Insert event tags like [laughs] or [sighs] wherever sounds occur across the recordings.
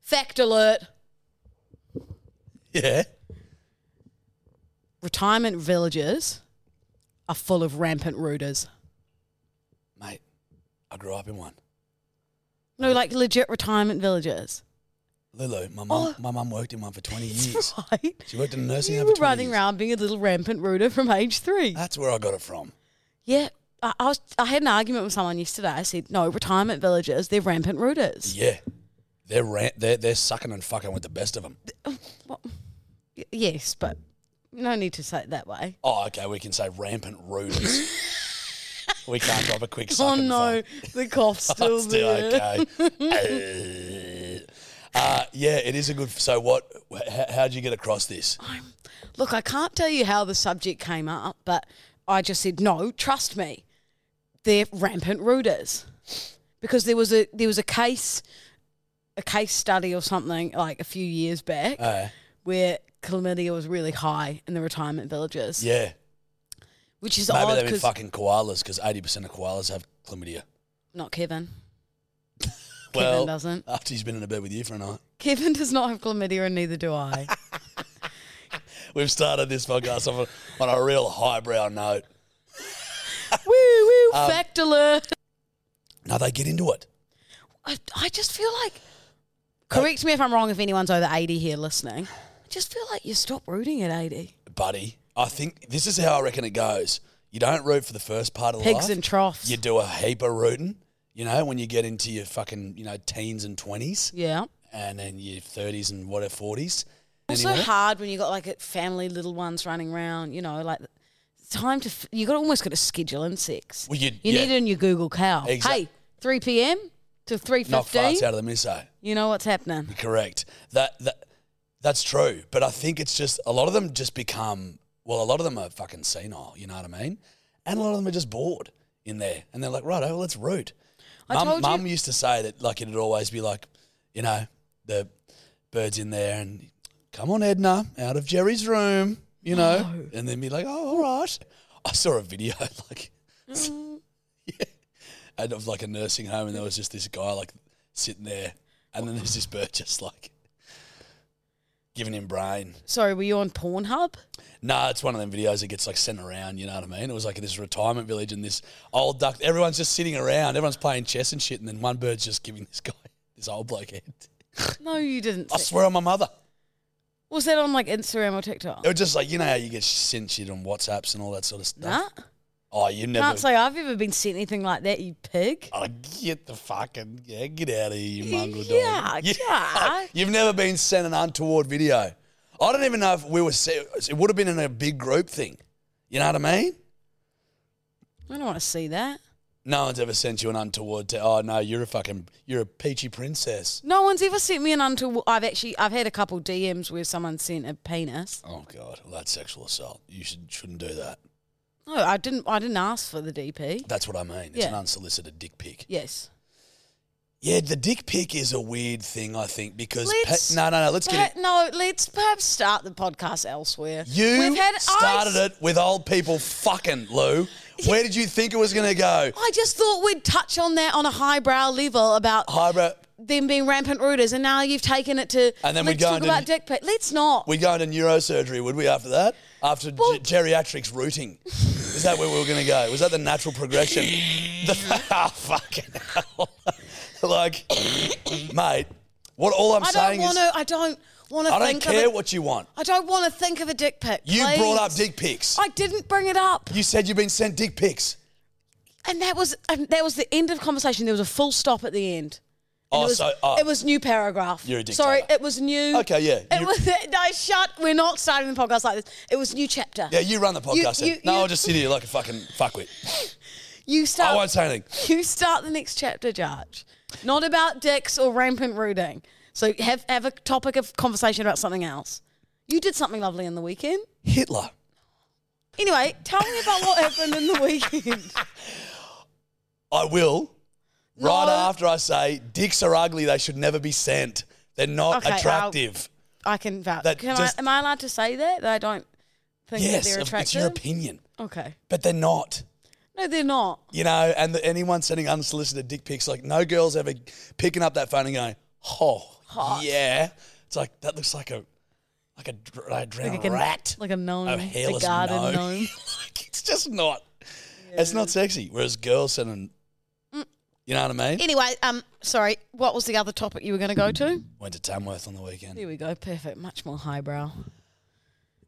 Fact alert. Yeah. Retirement villages are full of rampant rooters. Mate, I grew up in one. No, like legit retirement villages. Lulu, my Oh. mum, my mum worked in one [laughs] for 20 years. Right? She worked in a nursing You Uh. home were for 20 running years. around being a little rampant rooter from age three. That's where I got it from. yeah. I, I, was, I had an argument with someone yesterday. I said, no, retirement villages, they're rampant rooters. Yeah. They're, ran- they're, they're sucking and fucking with the best of them. Y- yes, but no need to say it that way. Oh, okay, we can say rampant [laughs] rooters. we can't drop a quick suck Oh in the [laughs] Oh, no, the cough's still, phone. Still there. [laughs] okay. uh, yeah, it is a good. So what? How, how'd you get across this? Look, I can't tell you how the subject came up, but I just said, no, trust me. They're rampant rooters. Because there was a there was a case a case study or something like a few years back Uh, where chlamydia was really high in the retirement villages. yeah, Which is maybe odd they've been because fucking koalas because eighty percent of koalas have chlamydia. not Kevin. Kevin Well, doesn't. after he's been in a bed with you for a night, Kevin does not have chlamydia and neither do [laughs] I. we've started this podcast off on a real highbrow note. woo woo Um, fact alert. Now they get into it. I, I just feel like. Correct me if I'm wrong. If anyone's over eighty here listening, I just feel like you stop rooting at eighty. buddy. I think this is how I reckon it goes. You don't root for the first part of Pigs life. and troughs. You do a heap of rooting, you know, when you get into your fucking, you know, teens and 20s Yeah. and then your 30s and whatever, 40s. Also Anyway. hard when you got like a family little ones running around. You know, like it's time to. F- you got almost got to schedule in sex. Well, you- you yeah. need it in your Google cow. Exa- Hey, three p.m. to three Knock farts fifteen. out of the miso. You know what's happening? You're correct. That, that That's true. But I think it's just, a lot of them just become, well, a lot of them are fucking senile, you know what I mean? And a lot of them are just bored in there. And they're like, right, oh, let's root. I mum, told you- mum used to say that like it'd always be like, you know, the birds in there and come on Edna, out of Jerry's room, you know, and then be like, oh, all right. I saw a video [laughs] like, yeah, and of like a nursing home, and there was just this guy like sitting there, and then there's this bird just like giving him brain. Sorry, were you on Pornhub? Nah, it's one of them videos that gets like sent around. You know what I mean? It was like in this retirement village and this old duck. Everyone's just sitting around. Everyone's playing chess and shit, and then one bird's just giving this guy, this old bloke head. No, you didn't. I [laughs] see- swear on my mother. Was that on like Instagram or TikTok? It was just like you know how you get sent shit on WhatsApps and all that sort of stuff. Nah. Oh, you never. Can't say I've ever been sent anything like that, you pig. [laughs] Oh, get the fucking yeah, get out of here, you mongrel Yeah, [laughs] dog. yeah. You've never been sent an untoward video. I don't even know if we were. se- It would have been in a big group thing. You know what I mean? I don't want to see that. No one's ever sent you an untoward. Te- oh no, you're a fucking you're a peachy princess. No one's ever sent me an until I've actually I've had a couple DMs where someone sent a penis. Oh god, well, that's sexual assault. You should shouldn't do that. No, I didn't. I didn't ask for the DP. That's what I mean. It's an Yeah. unsolicited dick pic. Yes. Yeah, the dick pic is a weird thing. I think because pa- Let's- no, no, no. Let's get But it. no, let's perhaps start the podcast elsewhere. You I started s- it with old people fucking, Lou. Where did you think it was going to go? I just thought we'd touch on that on a highbrow level about Hybrid. them being rampant rooters, and now you've taken it to. And then we'd let's go talk and about do- dick pic. Let's not. We'd go into neurosurgery, would we, after that? After ge- Well- geriatrics rooting. Is [laughs] that where we were going to go? Was that the natural progression? the, Ah, fucking hell. [laughs] like, mate, what all I'm I don't saying want is to. I don't want to. I don't think care of it. what you want. I don't want to think of a dick pic. You please. brought up dick pics. I didn't bring it up, you said you've been sent dick pics. and that was and that was the end of conversation. There was a full stop at the end. And Oh, it was, so oh. it was new paragraph. You're a dictator. Sorry, it was new. Okay, yeah, It you- was [laughs] no shut. We're not starting the podcast like this. It was new chapter. Yeah, you run the You- podcast. then. you- no, you- I'll just sit here like a fucking fuckwit. You I start. won't say anything. [laughs] You start the next chapter, Judge. Not about dicks or rampant rooting. So have have a topic of conversation about something else. You did something lovely in the weekend. Hitler. Anyway, tell me about what happened in the [laughs] weekend. I will. Right No. after I say dicks are ugly, they should never be sent. They're not Okay, I'll- attractive. I can vouch. That Can just- I, am I allowed to say that? That I don't think that Yes, they're of- attractive. it's your opinion, okay. but they're not. No, they're not. You know, and the, anyone sending unsolicited dick pics, like no girls ever picking up that phone and going, "Oh, Hot. yeah." It's like that looks like a like a, dr- like a drowned Like a- rat, Oh, like a gnome, a a hairless garden [laughs] gnome. gnome. like, it's just not. It's not sexy. Whereas girls sending, Mm. you know what I mean? Anyway, um, sorry. What was the other topic you were going to go to? Went to Tamworth on the weekend. Here we go. Perfect. Much more highbrow.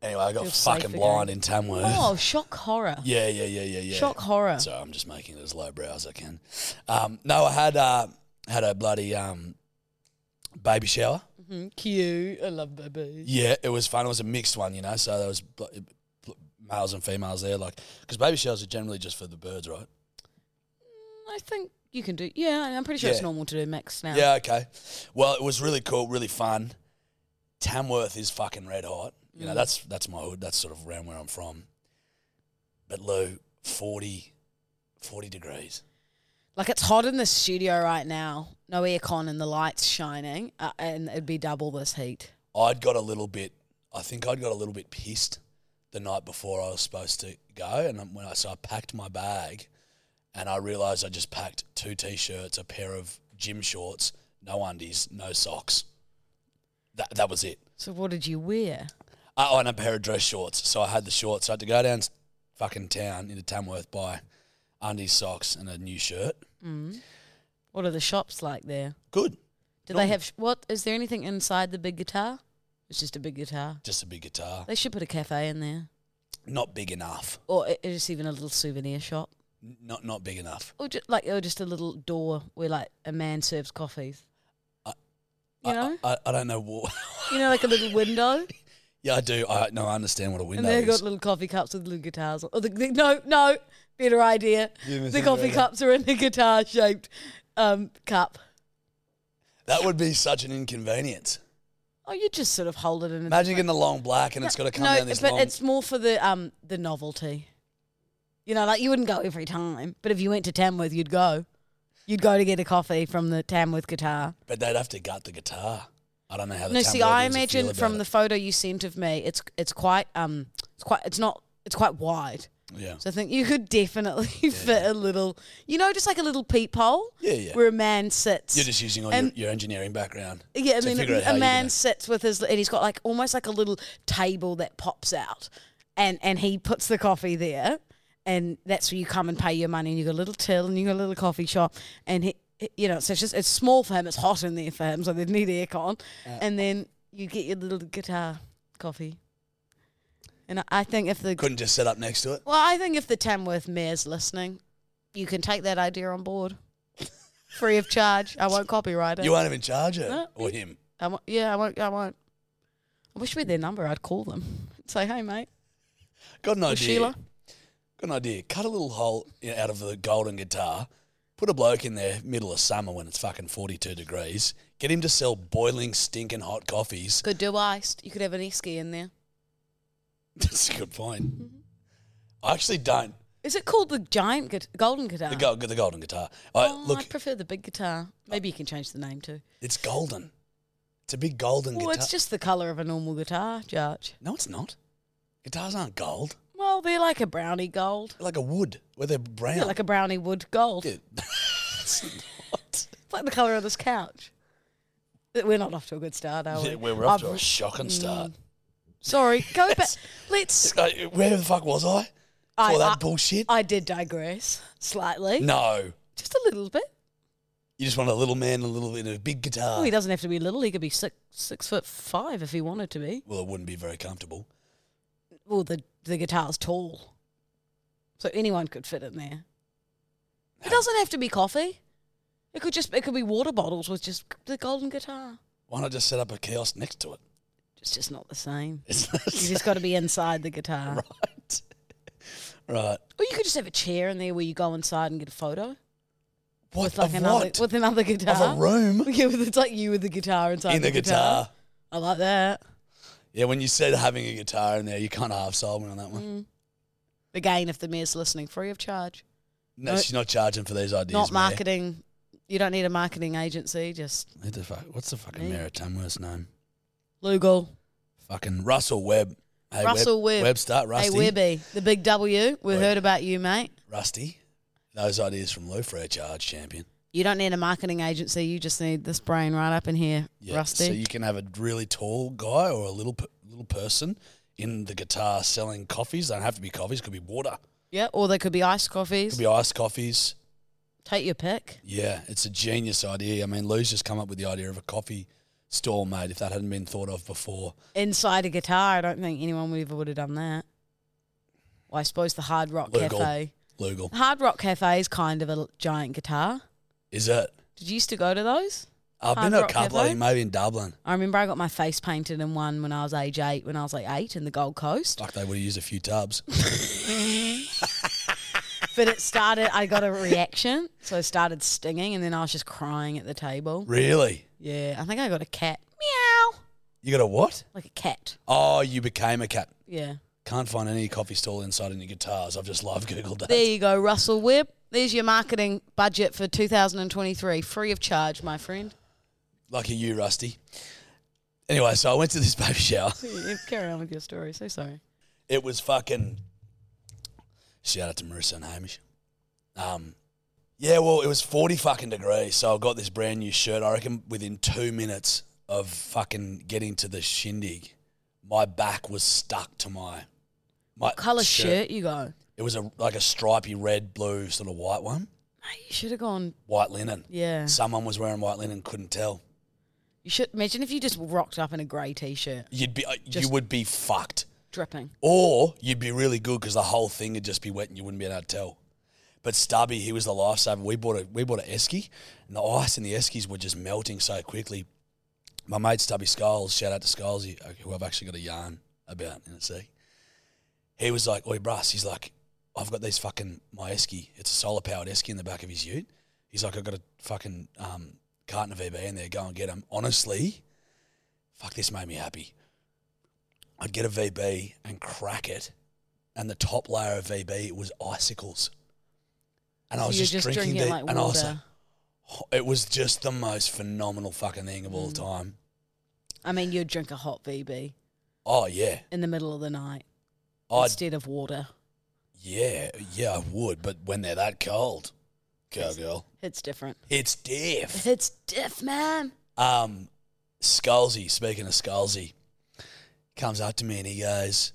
Anyway, I got Feel safe fucking blind again. in Tamworth. Oh, shock horror. Yeah, yeah, yeah, yeah, yeah. Shock horror. So I'm just making it as lowbrow as I can. Um, no, I had uh, had a bloody um, baby shower. Mm, Cute. I love baby. Yeah, it was fun. It was a mixed one, you know. So there was bl- bl- males and females there, like because baby showers are generally just for the birds, right? I think you can do. Yeah, I'm pretty sure it's Yeah. normal to do mix now. Yeah, okay. Well, it was really cool, really fun. Tamworth is fucking red hot. You Mm. know, that's that's my hood. That's sort of around where I'm from. But Lou, 40, 40 degrees. Like it's hot in the studio right now. No aircon and the lights shining, uh, and it'd be double this heat. I'd got a little bit. I think I'd got a little bit pissed the night before I was supposed to go, and I'm- when I so I packed my bag, and I realised I just packed two t-shirts, a pair of gym shorts, no undies, no socks. That that was it. So what did you wear? Oh, and a pair of dress shorts. So I had the shorts. So I had to go down s- fucking town into Tamworth buy undies, socks, and a new shirt. What are the shops like there? Good. Do Normal. they have sh- what? Is there anything inside the big guitar? It's just a big guitar. Just a big guitar. They should put a cafe in there, Not big enough. or i- just even a little souvenir shop, N- Not not big enough. or just like or just a little door where like a man serves coffees. I- you I- know, I, I, I don't know what. [laughs] you know, like a little window. Yeah, I do. I no, I understand what a And window they've is. got little coffee cups with little guitars. on- Oh, the, the, no, no, better idea. Give me The something coffee better. cups are in the guitar shaped um, cup. that would be such an inconvenience. Oh, you just sort of hold it in. a Imagine different- getting a long black and it's got to come no, down this but long. it's more for the um the novelty. You know, like you wouldn't go every time, but if you went to Tamworth, you'd go. You'd go to get a coffee from the Tamworth guitar. But they'd have to gut the guitar. I don't know how. Oh, The no, see, I Tamworthians would imagine feel from the about photo you sent of me, it's it's quite um it's quite it's not it's quite wide. it. yeah. So I think you could [laughs] definitely fit a little, you know, just like a little peephole Yeah, yeah. where a man sits. You're just using all and- your, your engineering background. yeah, and to then figure out how a, a you're man gonna- sits with his, and he's got like almost like a little table that pops out, and and he puts the coffee there, and that's where you come and pay your money, and you got a little till, and you got a little coffee shop, and he, you know, so it's just it's small for him, it's hot in there for him, so they need aircon, Uh, and then you get your little guitar coffee, and I, I think if the couldn't just set up next to it. well, I think if the Tamworth mayor's listening, you can take that idea on board, [laughs] free of charge. I won't copyright it. You won't even charge her No. or him. I won't, yeah, I won't. I won't. I wish we had their number. I'd call them. [laughs] Say, hey, mate. Got an or idea. Sheila. Got an idea. Cut a little hole in- out of the golden guitar. Put a bloke in there, middle of summer when it's fucking 42 degrees. Get him to sell boiling, stinking hot coffees. Could do iced. You could have an esky in there. [laughs] That's a good point. I actually don't. Is it called the giant guit- golden guitar? The, go- the golden guitar. I, Oh, look, I prefer the big guitar. Maybe you can change the name too. it's golden. It's a big golden Well, guitar. it's just the color of a normal guitar, Judge. no, it's not. Guitars aren't gold. Well, they're like a brownie gold. They're like a wood where they're brown. Yeah, like a brownie wood gold. Yeah. [laughs] it's not. It's like the color of this couch. We're not off to a good start, are we? Yeah, we're off to a I've- shocking Mm. start. Sorry, go back. Yes. Let's. Like, Uh, where the fuck was I? For that bullshit? I did digress slightly, no. just a little bit. You just want a little man, a little in a big guitar. Well, Oh, he doesn't have to be little. He could be six six foot five if he wanted to be. Well, it wouldn't be very comfortable. Well, the the guitar's tall, so anyone could fit in there. It doesn't have to be coffee. It could just it could be water bottles with just the golden guitar. Why not just set up a kiosk next to it? [laughs] It's just not the same. It's not You [laughs] just got to be inside the guitar. right. [laughs] Right. Or you could just have a chair in there where you go inside and get a photo What with like of another what? with another guitar. Of a room [laughs] Yeah, with- it's like you with the guitar inside in the a guitar. I like that. Yeah, when you said having a guitar in there, you kind of half sold me on that one. Mm. Again, if the mayor's listening, free of charge. No, No. she's not charging for these ideas. Not Mayor. marketing. You don't need a marketing agency. Just Who the fuck? What's the fucking Me. mayor of Tamworth's name? Lugal. Fucking Russell Webb. Hey, Russell Webb. Webb. Webb start rusty. Hey, Webby. The big W. We Web. heard about you, mate. Rusty. Those ideas from Lou for our charge champion. You don't need a marketing agency. You just need this brain right up in here, Yeah, Rusty. So you can have a really tall guy or a little p- little person in the guitar selling coffees. They don't have to be coffees. Could be water. yeah, or they could be iced coffees. Could be iced coffees. Take your pick. Yeah, it's a genius idea. I mean, Lou's just come up with the idea of a coffee store, mate. If that hadn't been thought of before, Inside a guitar, I don't think anyone would ever would have done that. Well, I suppose the Hard Rock Lugal. Cafe. legal Hard Rock Cafe is kind of a l- giant guitar. is it? Did you used to go to those? I've Hard been to a Rock couple. I Cafe? think maybe in Dublin. I remember I got my face painted in one when I was age eight, when I was like eight in the Gold Coast. Fuck, they would have used a few tubs. [laughs] But it started, I got a reaction. So it started stinging, and then I was just crying at the table. really? Yeah, I think I got a cat. Meow. You got a what? Like a cat. Oh, you became a cat. Yeah. Can't find any coffee stall inside any guitars. I've just live [laughs] googled that. There you go, Russell Webb. There's your marketing budget for 2023, free of charge, my friend. Lucky you, Rusty. Anyway, so I went to this [laughs] baby shower. Yeah, Carry on with your story. So sorry. It was fucking. Shout out to Marissa and Hamish. Um, yeah, well, it was forty fucking degrees, so I got this brand new shirt. I reckon within two minutes of fucking getting to the shindig, my back was stuck to my my Colour shirt. you go. It was a like a stripy red, blue, sort of white one, Mate, you should have gone. white linen. Yeah. Someone was wearing white linen, couldn't tell. You should imagine if you just rocked up in a grey t-shirt, You'd be uh, you Just- would be fucked. dripping. Or you'd be really good because the whole thing would just be wet and you wouldn't be able to tell. But Stubby, he was the lifesaver. We bought a we bought an esky, and the ice in the eskies were just melting so quickly. My mate Stubby Skulls, shout out to Skulls, he- who I've actually got a yarn about in a sec. He was like, "Oi, Bruss," he's like, "I've got these fucking my esky. It's a solar powered esky in the back of his Ute." He's like, "I've got a fucking um, carton of EB in there. Go and get them." Honestly, fuck, this made me happy. I'd get a VB and crack it, and the top layer of VB was icicles. And I So was you're just, drinking, the, it like and I was like, water. oh, it was just the most phenomenal fucking thing of Hmm. all time. I mean, you'd drink a hot VB Oh yeah, in the middle of the night I instead of water. yeah yeah I would, but when they're that cold, girl, girl, It's different. it's diff. It's diff, man. Um, Skullsy, speaking of Skullsy, comes up to me and he goes,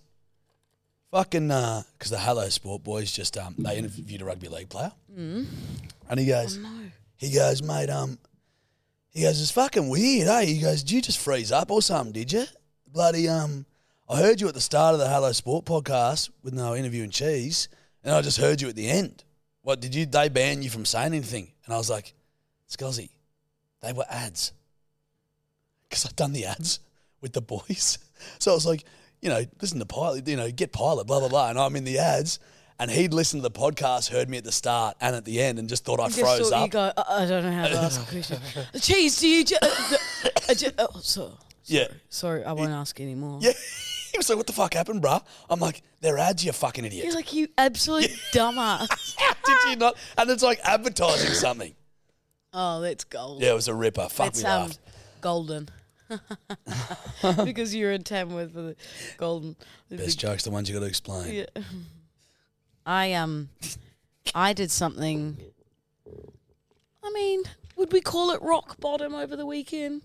fucking, uh 'cause because the Hello Sport boys just, um, they interviewed a rugby league player. Mm. And he goes, he goes, mate, um, he goes, it's fucking weird, eh? He goes, did you just freeze up or something, did you? Bloody, um, I heard you at the start of the Hello Sport podcast with no interview and cheese, and I just heard you at the end. What, did you, they ban you from saying anything? And I was like, Skullsy, they were ads because I'd done the ads with the boys. [laughs] So I was like, you know, listen to pilot, you know, get pilot, blah blah blah, and I'm in the ads. And he'd listened to the podcast, heard me at the start and at the end, and just thought I You froze just thought up. You go, "Uh, I, I don't know how to ask a [laughs] question. Cheese, do you uh, just? oh, so, yeah, sorry, I won't ask anymore. yeah. [laughs] he was like, "What the fuck happened, bruh? I'm like, "They're ads, you fucking idiot." You're like you absolute dumbass. [laughs] Did you not? "Ah!" And it's like advertising something. Oh, that's gold. Yeah, it was a ripper. Fuck that's um, me laughed. [laughs] golden. [laughs] because you're in Tamworth with the golden. the Best big- jokes, the ones you got to explain. Yeah. [laughs] I um, I did something. I mean, would we call it rock bottom over the weekend?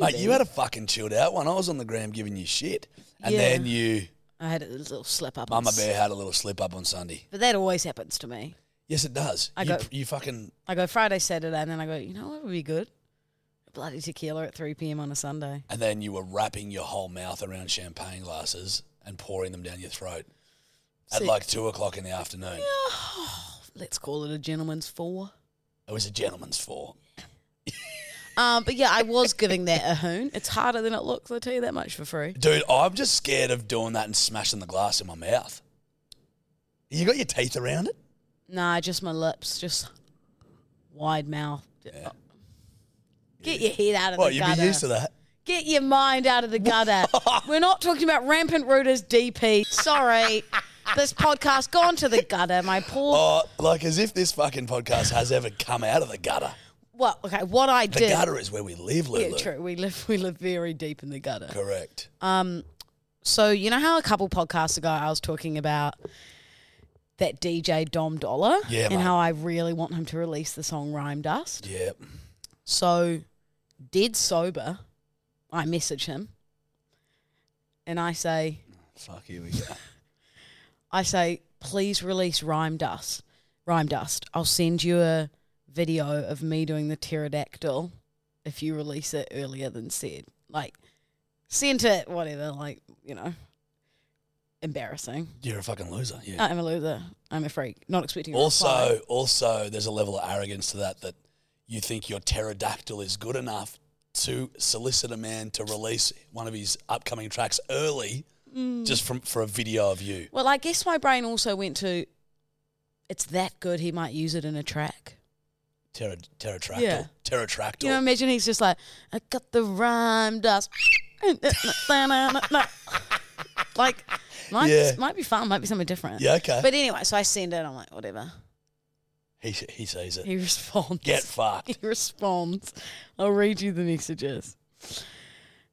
Mate, you had a fucking chilled out one. I was on the gram giving you shit, and Yeah. then you, I had a little slip up. on Mama s- Bear, had a little slip up on Sunday. But that always happens to me. Yes, it does. I you, go- you fucking I go Friday, Saturday, and then I go, you know what would be good? Bloody tequila at 3 p.m. on a Sunday. and then you were wrapping your whole mouth around champagne glasses and pouring them down your throat at See- like two o'clock in the afternoon. [sighs] Let's call it a gentleman's four. It was a gentleman's four. Um, but yeah, I was giving that a hoon. It's harder than it looks, I'll tell you that much for free. Dude, I'm just scared of doing that and smashing the glass in my mouth. You got your teeth around it? Nah, just my lips, just wide mouth. Oh. Yeah. Get your head out of Well, the you'd gutter. be used to that. Get your mind out of the [laughs] gutter. We're not talking about rampant rooters DP. Sorry. this podcast gone to the gutter. My poor Oh, like as if this fucking podcast has ever come out of the gutter. well, okay, what I The did gutter is where we live, Lulu. Yeah, true. We live we live very deep in the gutter. Correct. Um, so you know how a couple podcasts ago I was talking about that DJ Dom Dollar Yeah, and mate. how I really want him to release the song Rhyme Dust. Yeah. So dead sober, I message him and I say, Fuck, here we go. I say, please release Rhyme Dust. Rhyme Dust. I'll send you a video of me doing the pterodactyl if you release it earlier than said. Like, send it, whatever, like, you know, embarrassing. [laughs] You're a fucking loser. Yeah. I'm a loser. I'm a freak. Not expecting Uh, a reply. Also, also, there's a level of arrogance to that that you think your pterodactyl is good enough to solicit a man to release one of his upcoming tracks early, Mm. just from for a video of you. Well, I guess my brain also went to it's that good he might use it in a track. Ptero, pterotractyl. Yeah. Pterotractyl. You know, imagine he's just like, I got the rhyme dust. like, might, Yeah. might be fun, might be something different. Yeah, okay. But anyway, so I send it. I'm like, whatever. he, he sees it. He responds. Get fucked. [laughs] He responds. I'll read you the messages.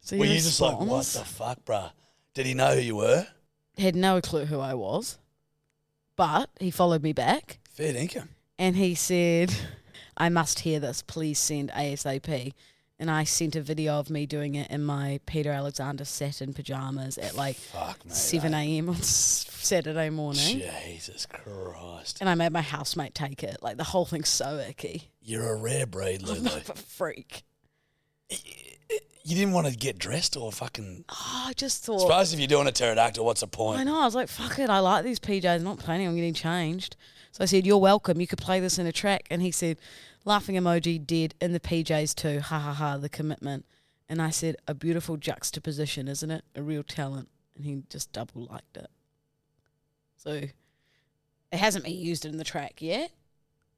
So he Were you responds. just like, what the fuck, bruh? Did he know who you were? had no clue who I was, but he followed me back. Fair dinkum. and he said, [laughs] I must hear this. Please send ASAP. And I sent a video of me doing it in my Peter Alexander satin pajamas at like Fuck, mate. 7 a.m. on [laughs] s- Saturday morning. Jesus Christ. And I made my housemate take it. Like the whole thing's so icky. You're a rare [laughs] breed, I'm Lulu. not a freak. you didn't want to get dressed or fucking. Oh, I just I thought. suppose if you're doing a pterodactyl, what's the point? I know. I was like, fuck it. I like these PJs. I'm not planning on getting changed. So I said, you're welcome. You could play this in a track. And he said, laughing emoji, dead, and the PJs too. Ha ha ha, the commitment. And I said, a beautiful juxtaposition, isn't it? A real talent. And he just double liked it. So it hasn't been used in the track yet.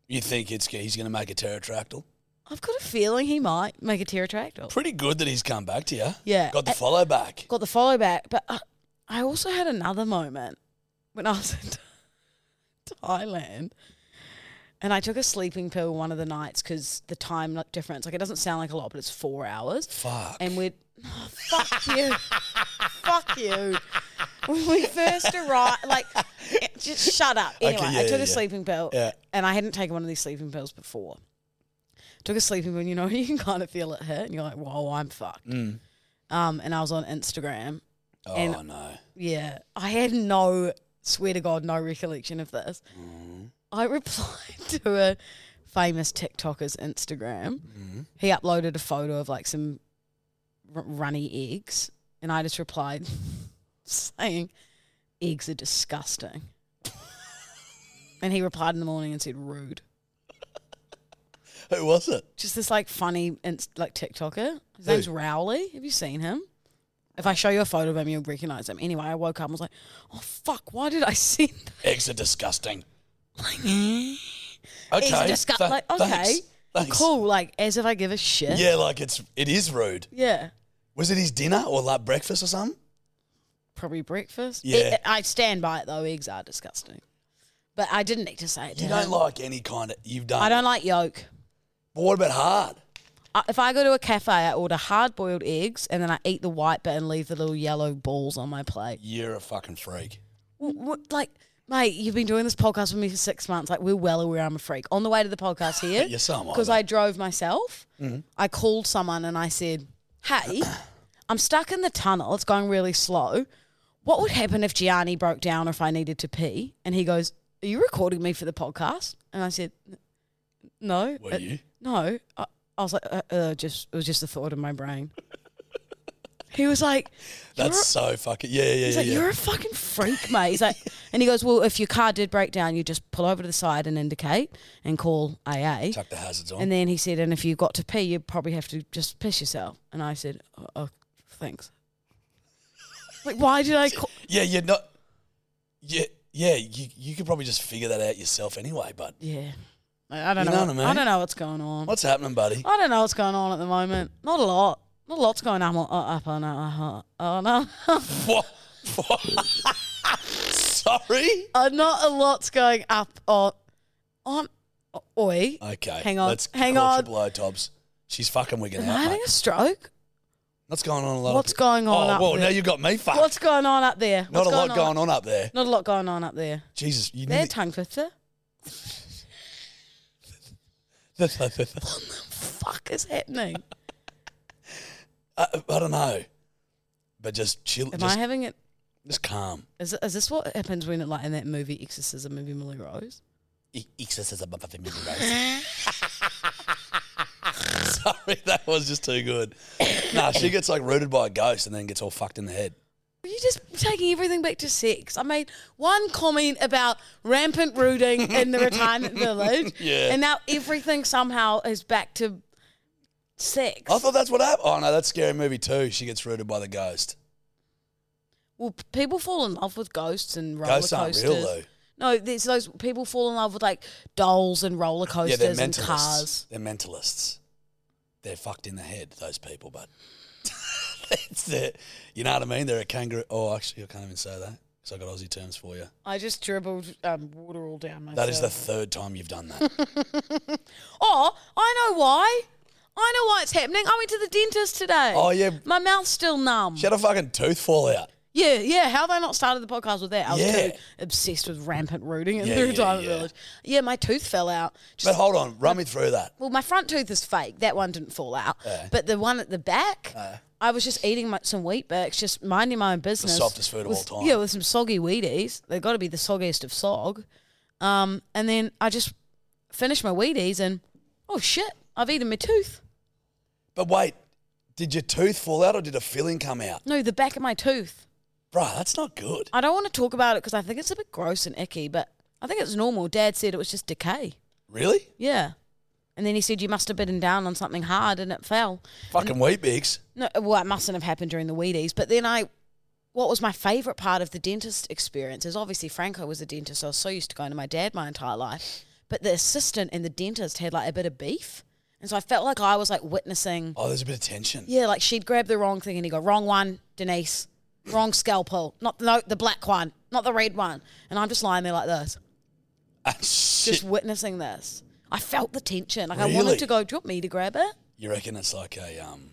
You think it's he's going to make a pterodactyl? I've got a feeling he might make a pterodactyl. Pretty good that he's come back to you. Yeah. Got the Uh, follow back. Got the follow back. But I, I also had another moment when I was in Thailand and I took a sleeping pill one of the nights because the time like, difference, like it doesn't sound like a lot, but it's four hours. Fuck. And we're, oh, fuck you. [laughs] fuck you. When we first arrived, like, it- just shut up. Okay, Anyway, yeah, I took yeah, a yeah. sleeping pill Yeah. and I hadn't taken one of these sleeping pills before. Took a sleeping pill, you know, [laughs] you can kind of feel it hit and you're like, whoa, I'm fucked. Um, and I was on Instagram oh and- no. yeah, I had no, swear to God, no recollection of this. I [laughs] replied to a famous TikToker's Instagram. He uploaded a photo of like some r- runny eggs, and I just replied [laughs] saying, "Eggs are disgusting." and he replied in the morning and said, "Rude." Who was it? Just this like funny inst- like TikToker. His name's Rowley. Have you seen him? If I show you a photo of him, you'll recognize him. Anyway, I woke up and was like, "Oh fuck! Why did I [laughs] send Eggs are disgusting. [laughs] Okay. Okay. It's disgu- tha- like, okay. Thanks. Thanks. Cool. Like, as if I give a shit. Yeah, like it's it is rude. Yeah. Was it his dinner or like breakfast or something? Probably breakfast. Yeah. Eh, eh, I stand by it though. Eggs are disgusting. But I didn't need to say it. To You don't him. like any kind of you've done. I don't like yolk. But what about hard? I, if I go to a cafe, I order hard boiled eggs and then I eat the white bit and leave the little yellow balls on my plate. You're a fucking freak. W- w- like, mate, you've been doing this podcast with me for six months. Like, we're well aware I'm a freak. On the way to the podcast [laughs] here, You're somewhat because of it. Mm-hmm. I drove myself, I called someone and I said, [coughs] "Hey, I'm stuck in the tunnel. It's going really slow. What would happen if Gianni broke down or if I needed to pee?" And he goes, Are you recording me for the podcast? And I said, "N- No. Were Uh, you? No. I, I was like, uh, uh, just it was just a thought in my brain. [laughs] he was like, That's "You're- so fucking yeah, yeah, He's yeah. like, yeah. you're a fucking freak, mate. He's like, [laughs] and he goes, well, if your car did break down, you just pull over to the side and indicate and call AA. Chuck the hazards on. And then he said, and if you got to pee, you probably have to just piss yourself. And I said, oh, oh [laughs] thanks. like, why did I call? yeah, you're not. Yeah, yeah. You you could probably just figure that out yourself anyway. But Yeah, Like, I don't You know. know what- what I I mean? don't know what's going on. what's happening, [laughs] buddy? I don't know what's going on at the moment. Not a lot. Not a lot's going on up on uh, on uh, [laughs] What? what? Sorry. uh, not a lot's going up on on. uh, Oi, Okay. Hang on, Let's hang call on. Triple O, Tobs. She's fucking wigging am out. I having mate. a stroke? What's going on? A lot. What's of... going on Oh up well, there? now you got me fucked. What's going on up there? not What's a lot going on up there. Not a lot going on up there. Jesus, you They're need tongue twister. [laughs] I Fuck is happening? [laughs] Uh, I don't know, but just chill. Am I just, having it? just calm. Is, is this what happens when, like, in that movie Exorcism of Emily Rose? E- Exorcism of [laughs] a Family Rose. [laughs] Sorry, that was just too good. Nah, she gets like rooted by a ghost and then gets all fucked in the head. Are you just taking everything back to sex? I made one comment about rampant [laughs] rooting in the retirement village, Yeah. and now everything somehow is back to sex. I thought that's what happened. Oh no, that's scary movie too. She gets rooted by the ghost. Well, p- people fall in love with ghosts and roller Ghosts aren't coasters. real, though. No, there's those people fall in love with like dolls and roller yeah, coasters they're and mentalists. cars. They're mentalists. They're fucked in the head. Those people, but [laughs] it's their, you know what I mean. They're a kangaroo. Oh, actually, I can't even say that because I got Aussie terms for you. I just dribbled um, water all down myself. That is the third time you've done that. Oh, I know why. I know why it's happening. I went to the dentist today. Oh, yeah. My mouth's still numb. she had a fucking tooth fall out. Yeah, yeah. How have I not started the podcast with that? I was Yeah. too obsessed with rampant rooting in Yeah, the yeah, retirement yeah. village. Yeah, my tooth fell out. Just- But hold on, run me through that. well, my front tooth is fake. That one didn't fall out. Yeah. But the one at the back, Uh. I was just eating my, some wheat bix, just minding my own business. softest food of with- all time. Yeah, with some soggy Wheaties. They've got to be the soggiest of sog. Um, and then I just finished my Wheaties and, oh shit, I've eaten my tooth. But wait, did your tooth fall out or did a filling come out? No, the back of my tooth. Bruh, that's not good. I don't want to talk about it because I think it's a bit gross and icky, but I think it's normal. Dad said it was just decay. Really? Yeah. And then he said you must have bitten down on something hard and it fell. Fucking wheat bix. No, well, it mustn't have happened during the Wheaties. But then I, what was my favourite part of the dentist experience is obviously Franco was a dentist. So I was so used to going to my dad my entire life. But the assistant and the dentist had like a bit of beef. And so I felt like I was like witnessing Oh, there's a bit of tension. Yeah, like she'd grab the wrong thing and he go, wrong one, Denise, wrong scalpel, not no the black one, not the red one, and I'm just lying there like this, Ah, shit. just witnessing this. I felt the tension, like I Really? wanted to go. Do you want me to grab it? you reckon it's like a um,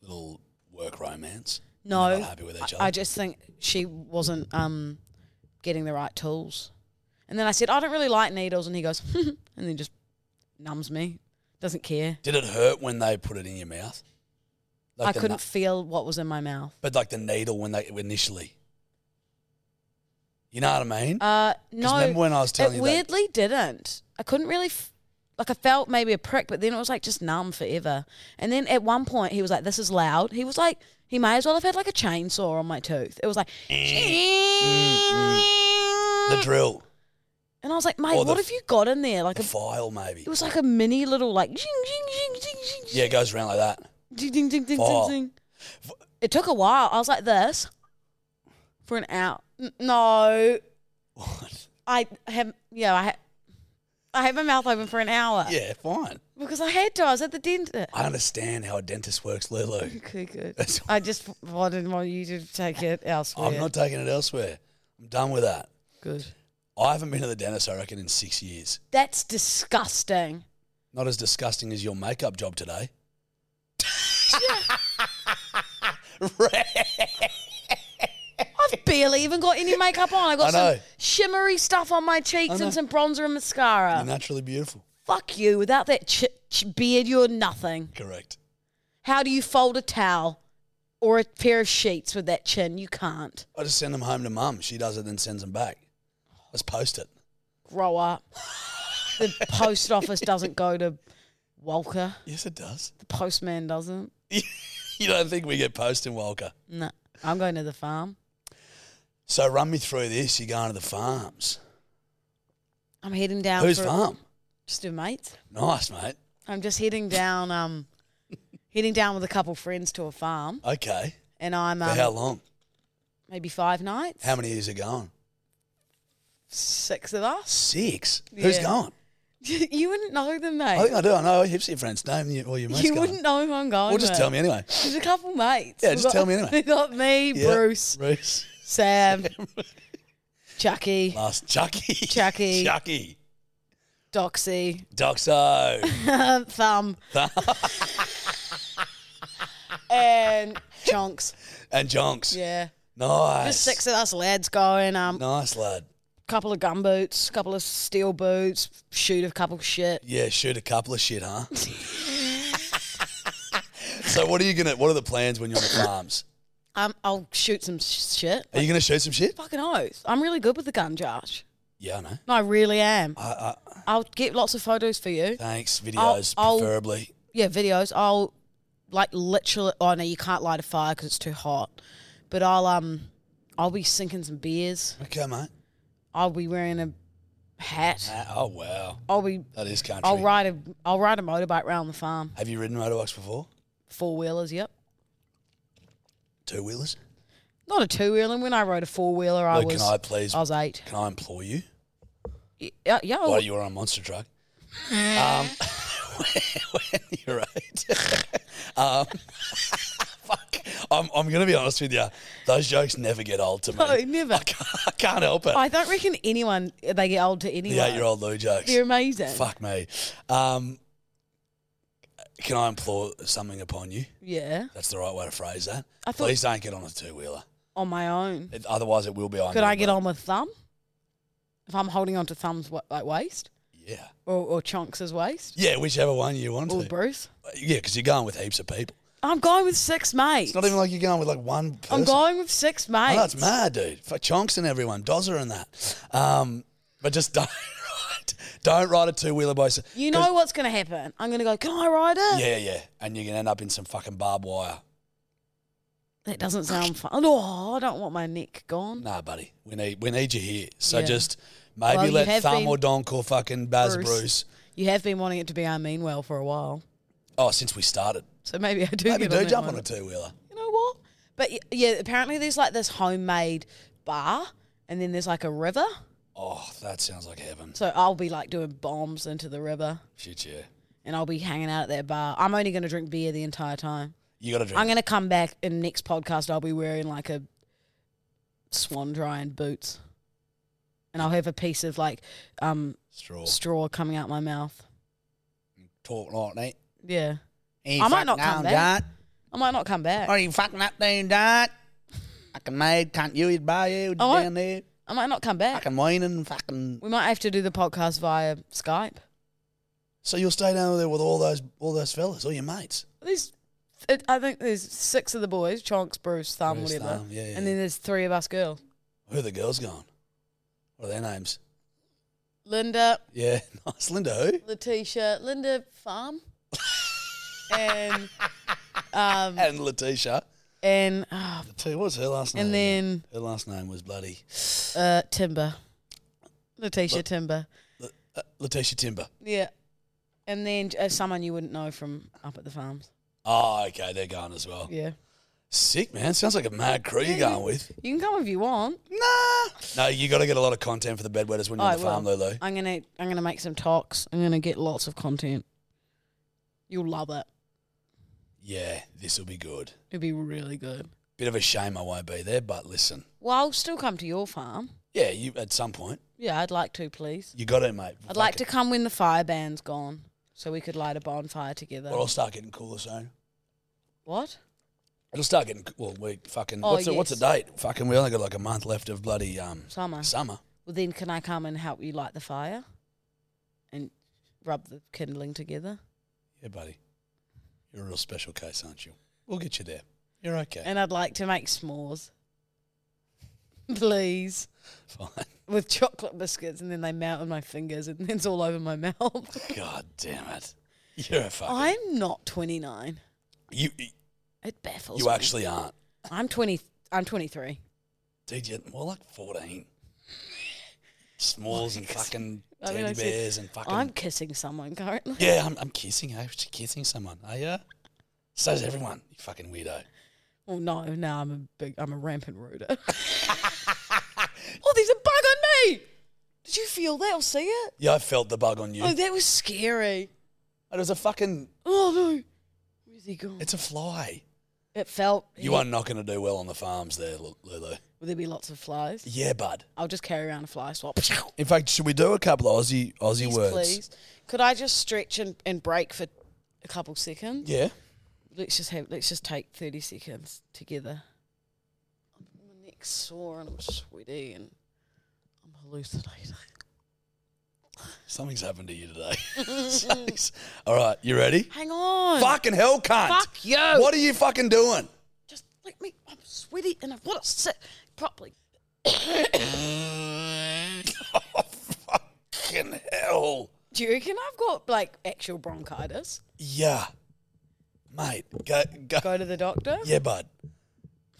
little work romance? No, They're not happy with each I- other. I, just think she wasn't um, getting the right tools. And then I said, I don't really like needles, and he goes, [laughs] and then just numbs me, doesn't care. Did it hurt when they put it in your mouth? I the couldn't nu- feel what was in my mouth. but like the needle when they initially. You know what I mean? Uh, no. remember when I was telling it you that- weirdly didn't. I couldn't really. F- like I felt maybe a prick, but then it was like just numb forever. And then at one point he was like, "This is loud." He was like, he may as well have had like a chainsaw on my tooth. It was like, Mm. the drill, and I was like, "Mate, Or the what f- have you got in there?" Like the a, file maybe. it was like a mini little like, zing, zing, zing, zing, zing, yeah, it goes around like that. [laughs] ding, ding, ding, ding, ding, File. ding. It took a while. I was like this for an hour. N- no, What? I have. Yeah, I. Ha- I had my mouth open for an hour. Yeah, fine. Because I had to. I was at the [laughs] dentist. I understand how a dentist [laughs] works, Lulu. Okay, good. That's- I just wanted want you to take it elsewhere. I'm not taking it elsewhere. I'm done with that. good. I haven't been to the dentist, I reckon, in six years. That's disgusting. Not as disgusting as your makeup job today. I've barely even got any makeup on. I got I some know. shimmery stuff on my cheeks know. and some bronzer and mascara. You're naturally beautiful. Fuck you. Without that ch- ch- beard, you're nothing. Correct. How do you fold a towel or a pair of sheets with that chin? You can't. I just send them home to mum. She does it, then sends them back. Let's post it. Grow up. the post office doesn't go to Walker. Yes, it does. The postman doesn't. you don't think we get post in Walker? No. I'm going to the farm. So run me through this. You're going to the farms. I'm heading down. Whose for- farm? Just do mates. Nice, mate. I'm just heading down. Um, [laughs] heading down with a couple friends to a farm, Okay. and I'm For how um, long? maybe five nights. How many years are going? Six of us. [laughs] Six. Who's Yeah. going? you wouldn't know them, I think mate. I do. I know heaps of your friends. Name you, all your mates You going. wouldn't know who I'm going. well, just with. tell me anyway. There's a couple mates. Yeah, We've got- just tell [laughs] me anyway. We've got me, Yeah. Bruce, Bruce. [laughs] Sam, Chucky, Last Chucky. Chucky. [laughs] Chucky. Doxy, [laughs] Doxo. Thumb, [laughs] and Chonks. and Jonks. Yeah, Nice. just six of us lads going. Um, Nice lad. couple of gum boots, couple of steel boots, shoot a couple shit. Yeah, shoot a couple of shit, huh? [laughs] so what are you gonna? What are the plans when you're on the farms? Um, I'll shoot some sh- shit. Are you gonna shoot some shit? Fucking oath. I'm really good with the gun, Josh. Yeah, I know. No, I really am. I, I, I'll get lots of photos for you. thanks. I'll- Videos, I'll- preferably. Yeah, videos. I'll like literally. Oh no, you can't light a fire because it's too hot. But I'll um, I'll be sinking some beers. Okay, mate. I'll be wearing a hat. Ah, oh wow, I'll be. that is country. I'll ride a. I'll ride a motorbike round the farm. Have you ridden motorbikes before? Four wheelers. Yep. Two wheelers. Not a two wheeler. When I rode a four wheeler, I Look, was. can I please? I was Oh. eight. Can I implore you? Yeah, yeah. While you were on monster truck. Um, [laughs] [laughs] when you're eight. [laughs] um, fuck. I'm, I'm going to be honest with you. Those jokes never get old to me. No, never. I can't, I can't help it. I don't reckon anyone they get old to the anyone. eight-year-old Lou jokes. They're amazing. Fuck me. Um, can I implore something upon you? Yeah. That's the right way to phrase that. I thought- Please don't get on a two-wheeler. On my own. It- otherwise, it will be on Could you, I get but- on with thumb? If I'm holding on to thumb's wa- like waist Yeah. or, or Chonks' waist Yeah, whichever one you want or to. Bruce. yeah, because you're going with heaps of people. I'm going with six mates. It's not even like you're going with like one person. I'm going with six mates. Oh, that's mad, dude. For Chonks and everyone, Dozer and that. Um, but just [laughs] don't ride, don't ride a two wheeler bicycle. You know what's going to happen. I'm going to go, can I ride it? Yeah, yeah, and you can end up in some fucking barbed wire. That doesn't sound fun. Oh, I don't want my neck gone. Nah, buddy, we need we need you here. So Yeah. just maybe Well, you let have Thumb been- or Donk or fucking Baz Bruce. Bruce. You have been wanting it to be I Mean Well for a while. Oh, since we started, So maybe I do maybe get do that jump one. on a two wheeler. you know what? But y- yeah, apparently there's like this homemade bar, and then there's like a river. Oh, that sounds like heaven. So I'll be like doing bombs into the river, Shit, yeah. and I'll be hanging out at that bar. I'm only going to drink beer the entire time. You got to drink. I'm going to come back in next podcast. I'll be wearing like a swan dry and boots, and I'll have a piece of like um, straw. straw coming out my mouth. Talk like that. Yeah, Hey, I fuck might not come now, back. Dad. I might not come back. Are you fucking up there, Dad? Fucking made, can't you eat by you I won't. down there? I might not come back. Fucking whining, fucking. We might have to do the podcast via Skype. So you'll stay down there with all those all those fellas, all your mates. There's, it, I think there's six of the boys: Chonks, Bruce, Thumb, Bruce, whatever. Thumb, yeah, yeah, and then yeah. there's three of us girls: Who are the girls going? What are their names? Linda, Yeah, [laughs] nice. Linda, who? Letitia, Linda [laughs] Farm, and um, And Letitia. and oh, Letitia, what was her last name? And then- her last name was bloody uh, Timber, Letitia Timber. Le- uh, Letitia Timber. Yeah, and then uh, someone you wouldn't know from up at the farms. Oh, okay, they're going as well. Yeah, Sick man, sounds like a mad crew you're going with. you can come if you want. No, you got to get a lot of content for the bedwetters when you're I on the farm, will. Lulu. I'm gonna I'm gonna make some talks. I'm gonna get lots of content. You'll love it. Yeah, this will be good. It'll be really good. Bit of a shame I won't be there, but listen, Well, I'll still come to your farm. yeah, you at some point Yeah, I'd like to, please. you got to, mate. I'd like to come when the fire ban's gone, so we could light a bonfire together. Or I'll start getting cooler soon. What? It'll start getting well. We fucking Oh, what's the, what's the yes. date? Fucking we only got like a month left of bloody um Summer. summer. Well, then can I come and help you light the fire, and rub the kindling together? Yeah, buddy, you're a real special case, aren't you? We'll get you there. You're okay. And I'd like to make s'mores, [laughs] please. [laughs] Fine. with chocolate biscuits, and then they melt in my fingers, and it's all over my [laughs] mouth. God damn it. You're a fucking. I'm not 29. you It baffles you me. actually aren't. I'm 20. I'm 23. Dude, you're more like 14. Smalls and fucking I mean, teddy I said- bears and fucking. I'm kissing someone currently. yeah, I'm, I'm kissing. I'm actually kissing someone. Are you? So's everyone. You fucking weirdo. Well, no, no, I'm a big, I'm a rampant [laughs] rooter. oh, there's a bug on me. Did you feel that or see it? Yeah, I felt the bug on you. Oh, that was scary. it was a fucking. Oh no, where's he gone? It's a fly. it felt. You yeah. are not going to do well on the farms there, Lu- Lulu. Will there be lots of flies? Yeah, bud. I'll just carry around a fly swap. In fact, should we do a couple of Aussie Aussie Please, words? please. Could I just stretch and, and break for a couple seconds? Yeah. Let's just have. Let's just take thirty seconds together. My neck's sore and I'm sweaty and I'm hallucinating. Something's happened to you [laughs] today. [laughs] Something's- All right, you ready? Hang on. Fucking hell, cunt. Fuck you. What are you fucking doing? Just let me. I'm sweaty and I've got to sit [coughs] properly. oh, fucking hell. Do you reckon I've got like actual bronchitis? Yeah. Mate, go, go. Go to the doctor. Yeah, bud.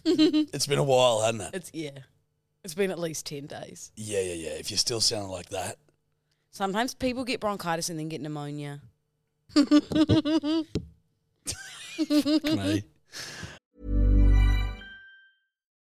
it's been a while, hasn't it? It's yeah. It's been at least ten days. Yeah, yeah, yeah. If you're still sounding like that, Sometimes people get bronchitis and then get pneumonia. fuck me.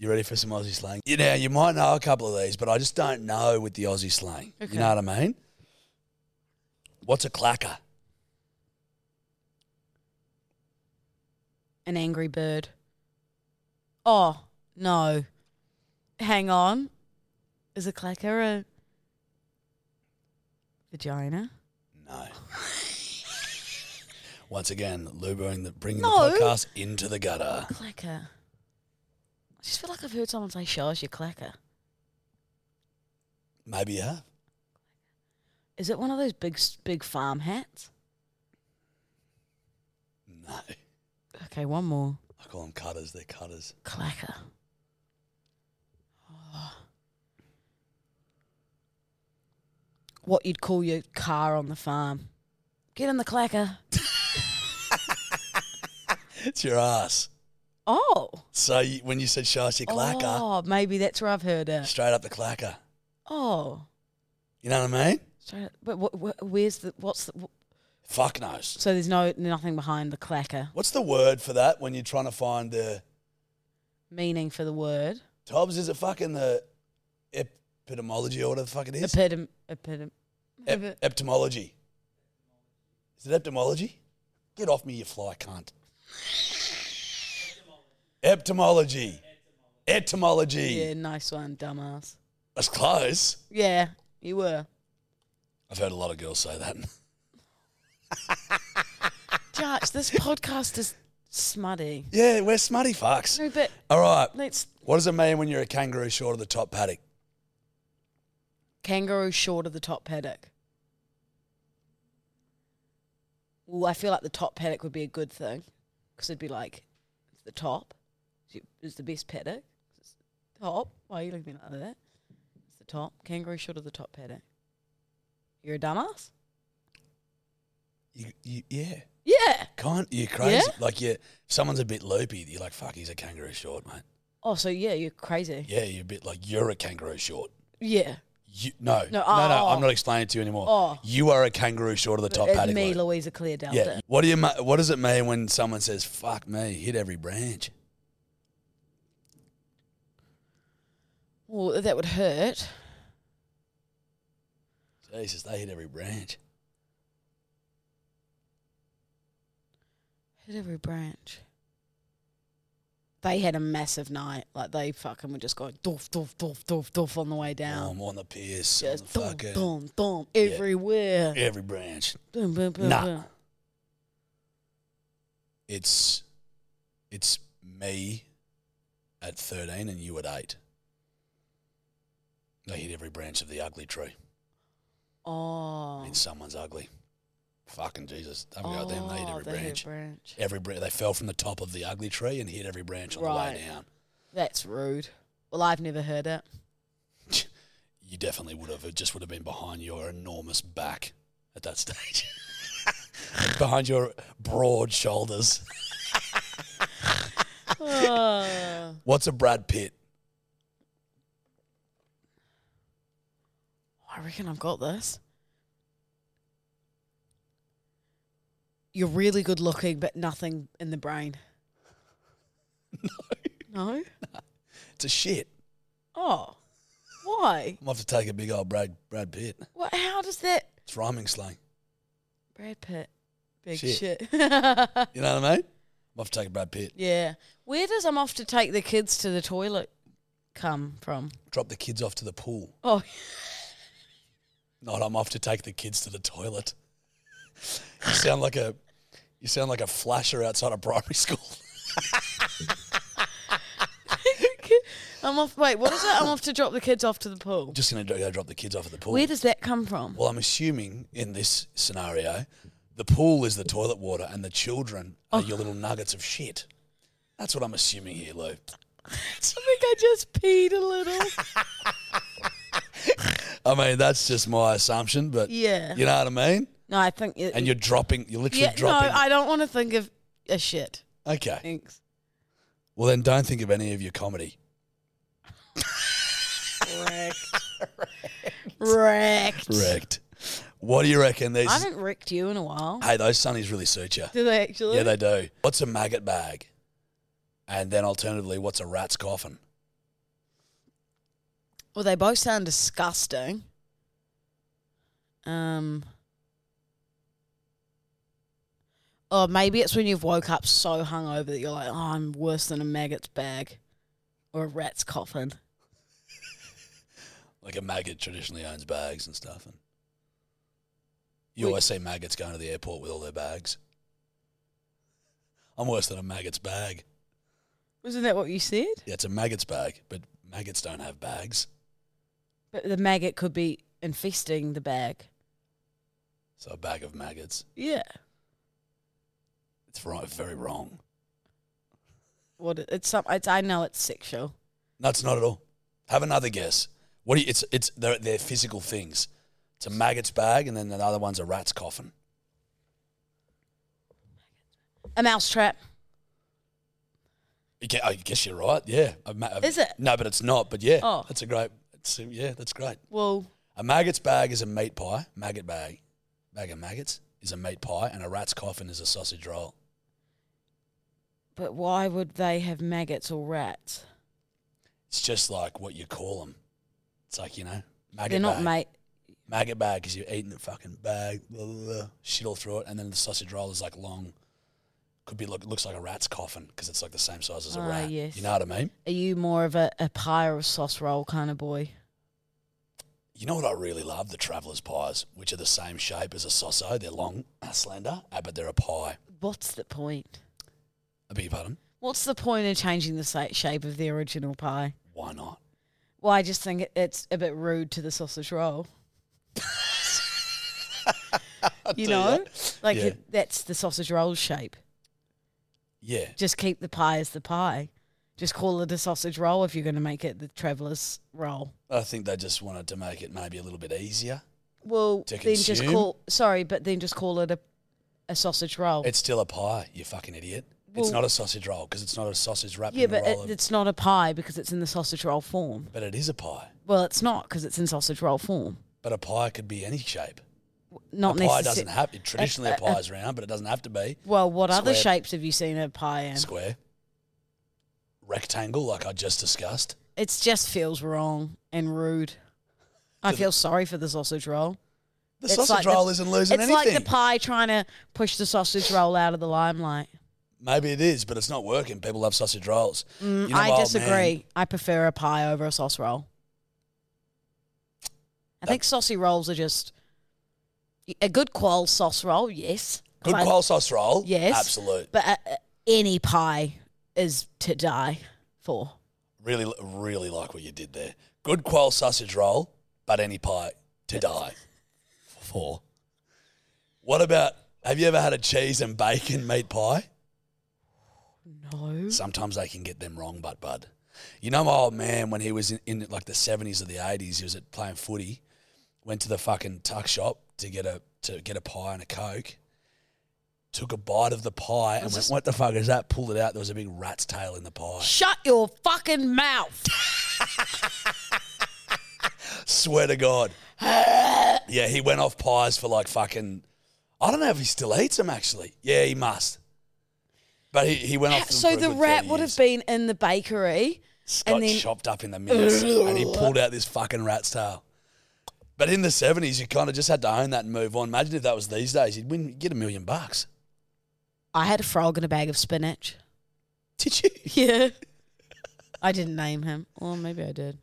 You ready for some Aussie slang? You know, you might know a couple of these, but I just don't know with the Aussie slang. You know what I mean? What's a clacker? An angry bird. Oh no. Hang on. Is a clacker a vagina? No. Once again, Luboing the bringing No. the podcast into the gutter. Clacker. I just feel like I've heard someone say, "Show us your clacker." Maybe you have. Is it one of those big, s- big farm hats? No. I Okay, one more. call them cutters. They're cutters. Clacker. What you'd call your car on the farm. Get in the clacker. It's your ass. Oh. So you, when you said Shashi clacker, Oh, maybe that's where I've heard it. straight up the clacker. Oh. You know what I mean? So- But what, wh where's the, what's the, wh- Fuck knows. so there's no, nothing behind the clacker. What's the word for that when you're trying to find the Meaning for the word. Tobs? Is it fucking the epitomology or whatever the fuck it is? Epidem, epidem. Ep- eptomology. Is it eptomology? Get off me, you fly cunt. Eptomology. Etymology. Yeah, nice one, dumbass. That's close. Yeah, you were. I've heard a lot of girls say that. Judge, this [laughs] podcast is Smutty. [laughs] Yeah, we're smutty fucks. No, but All right. let's What does it mean when you're a kangaroo short of the top paddock? kangaroo short of the top paddock. Well, I feel like the top paddock would be a good thing because it'd be like it's the top is the best paddock. It's the top. Why are you looking at me like that? It's the top. Kangaroo short of the top paddock. You're a dumbass. You, you, yeah. Yeah. Can't you crazy? Yeah? Like you, if someone's a bit loopy, you're like, fuck, he's a kangaroo short, mate. Oh, so yeah, you're crazy. Yeah, you're a bit like you're a kangaroo short. Yeah. You, no, No, no, no, oh, oh. I'm not explaining it to you anymore. Oh. You are a kangaroo short of the top It's paddock. Uh, me, Luke. Louisa Claire Delta. Yeah. What do you? ma- What does it mean when someone says "fuck me"? Hit every branch. Well, that would hurt. Jesus, they hit every branch. Hit every branch. They had a massive night. Like they fucking were just going doof doof doof doof doof on the way Oh, down. I'm on the piss. on just the thump fucking thump thump Yeah. everywhere. every branch. Boom, boom, boom, Nah. boom. It's, it's me, at 13 and you at eight. They hit every branch of the ugly tree. Oh. Means someone's ugly. Fucking Jesus! Have a go at them. They hit Oh, every they hit a branch. branch. Every branch. They fell from the top of the ugly tree and hit every branch on the Right. way down. That's rude. Well, I've never heard [laughs] it. You definitely would have. It just would have been behind your enormous back at that [laughs] stage. behind your broad shoulders. Oh. What's a Brad Pitt? [laughs] I reckon I've got this. You're really good looking, but nothing in the brain. No. No? It's a shit. Oh. Why? I'm gonna have to take a big old Brad Brad Pitt. What, how does that. It's rhyming slang. Brad Pitt. Big Shit. shit. [laughs] You know what I mean? I'm off to take a Brad Pitt. yeah. Where does I'm off to take the kids to the toilet come from? Drop the kids off to the pool. Oh, [laughs] Not I'm off to take the kids to the toilet. you sound like a you sound like a flasher outside a primary school. [laughs] I'm off. Wait, what is it? I'm off to drop the kids off to the pool. I'm just gonna go drop the kids off at the pool. Where does that come from? [laughs] Well, I'm assuming in this scenario, the pool is the toilet water and the children are Oh. your little nuggets of shit. That's what I'm assuming here, Lou. I think I just peed a [laughs] little. I mean, that's just my assumption, but Yeah. you know what I mean? No, I think. It, And you're dropping, you're literally yeah, no, dropping. I don't want to think of a [laughs] shit. okay. Thanks. Well, then don't think of any of your comedy. Wrecked. Correct. What do you reckon these. I haven't wrecked you in a while. Hey, those sunnies really suit you. Do they actually? Yeah, they do. What's a maggot bag? And then alternatively, what's a rat's coffin? Well, they both sound disgusting. Um. Oh, maybe it's when you've woke up so hungover that you're like, oh, I'm worse than a maggot's bag or a rat's coffin. Like a maggot traditionally owns bags and stuff. And you We- always see maggots going to the airport with all their bags. I'm worse than a maggot's bag. Wasn't that what you said? Yeah, it's a maggot's bag, but maggots don't have bags. But the maggot could be infesting the bag. So a bag of maggots. Yeah. It's right, very wrong. What it- it's some it's I know it's sexual. No, it's not at all. Have another guess. What do you, it's it's they're, they're physical things. It's a maggot's bag, and then the other one's a rat's coffin. A mousetrap. You ca- I guess you're right. Yeah. A ma- a- Is it? No, but it's not. But yeah, Oh. that's a great. It's, yeah, that's great. Well, A maggot's bag is a meat pie. Maggot bag, bag of maggots is a meat pie, and a rat's coffin is a sausage roll. but why would they have maggots or rats? It's just like what you call them. It's like you know, maggot They're not bag. mate. maggot bag because you're eating the fucking bag, blah, blah, blah, shit all through it, and then the sausage roll is like long. Could be look looks like a rat's coffin because it's like the same size as a Ah, rat. yes. You know what I mean? Are you more of a, a pie or a sauce roll kind of boy? You know what I really love? The traveller's pies, which are the same [clears throat] ah, shape as a sosso. They're long, uh, slender, uh, but they're a pie. What's the point? I beg your pardon. What's the point of changing the sa- shape of the original pie? Why not? Well, I just think it- it's a bit rude to the sausage [laughs] roll. you do know, that. like Yeah. it, that's the sausage roll shape. Yeah. Just keep the pie as the pie. Just call it a sausage roll if you're going to make it the traveller's roll. I think they just wanted to make it maybe a little bit easier. Well, To then just consume? call. Sorry, but then just call it a a sausage roll. It's still a pie, you fucking idiot. Well- it's not a sausage roll because it's not a sausage wrapped yeah, in a but roll. it, of, it's not a pie because it's in the sausage roll form. but it is a pie. Well, it's not because it's in sausage roll form. But a pie could be any shape. Not Uh, a pie necessar- doesn't have. Traditionally, a, a- a- pie is round, but it doesn't have to be Well, what other Square. shapes have you seen a pie in? square, rectangle, like I just discussed. It just feels wrong and rude. I feel sorry for the sausage roll. The It's like sausage roll isn't losing it's like anything. the pie trying to push the sausage roll out of the limelight. Maybe it is, but it's not working. People love sausage rolls. Mm, You know, I old disagree. man, I prefer a pie over a sauce roll. I think saucy rolls are just a good qual sauce roll, yes. 'Cause Good I- quail sauce roll. yes, absolute. But uh, uh, any pie is to die for. Really, really like what you did there. Good quail sausage roll, but any pie to die [laughs] for. What about? Have you ever had a cheese and bacon meat pie? No. Sometimes they can get them wrong, but bud, you know my old man when he was in, in like the seventies or the eighties, he was at playing footy, went to the fucking tuck shop to get a to get a pie and a coke, took a bite of the pie and Was went, this- "What the fuck is that?" Pulled it out. There was a big rat's tail in the pie. Shut your fucking [laughs] mouth. Swear to God. yeah, he went off pies for like fucking. I don't know if he still eats them actually. Yeah, he must. But he, he went off. them so for a the good rat 30 would years. have been in the bakery got and then chopped up in the minutes and [laughs] he pulled out this fucking rat's tail. But in the 70s, you kind of just had to own that and move on. Imagine if that was these days, you'd win, you'd get a million bucks. I had a frog in a bag of spinach. Did you? [laughs] Yeah. I didn't name him. Or maybe I did.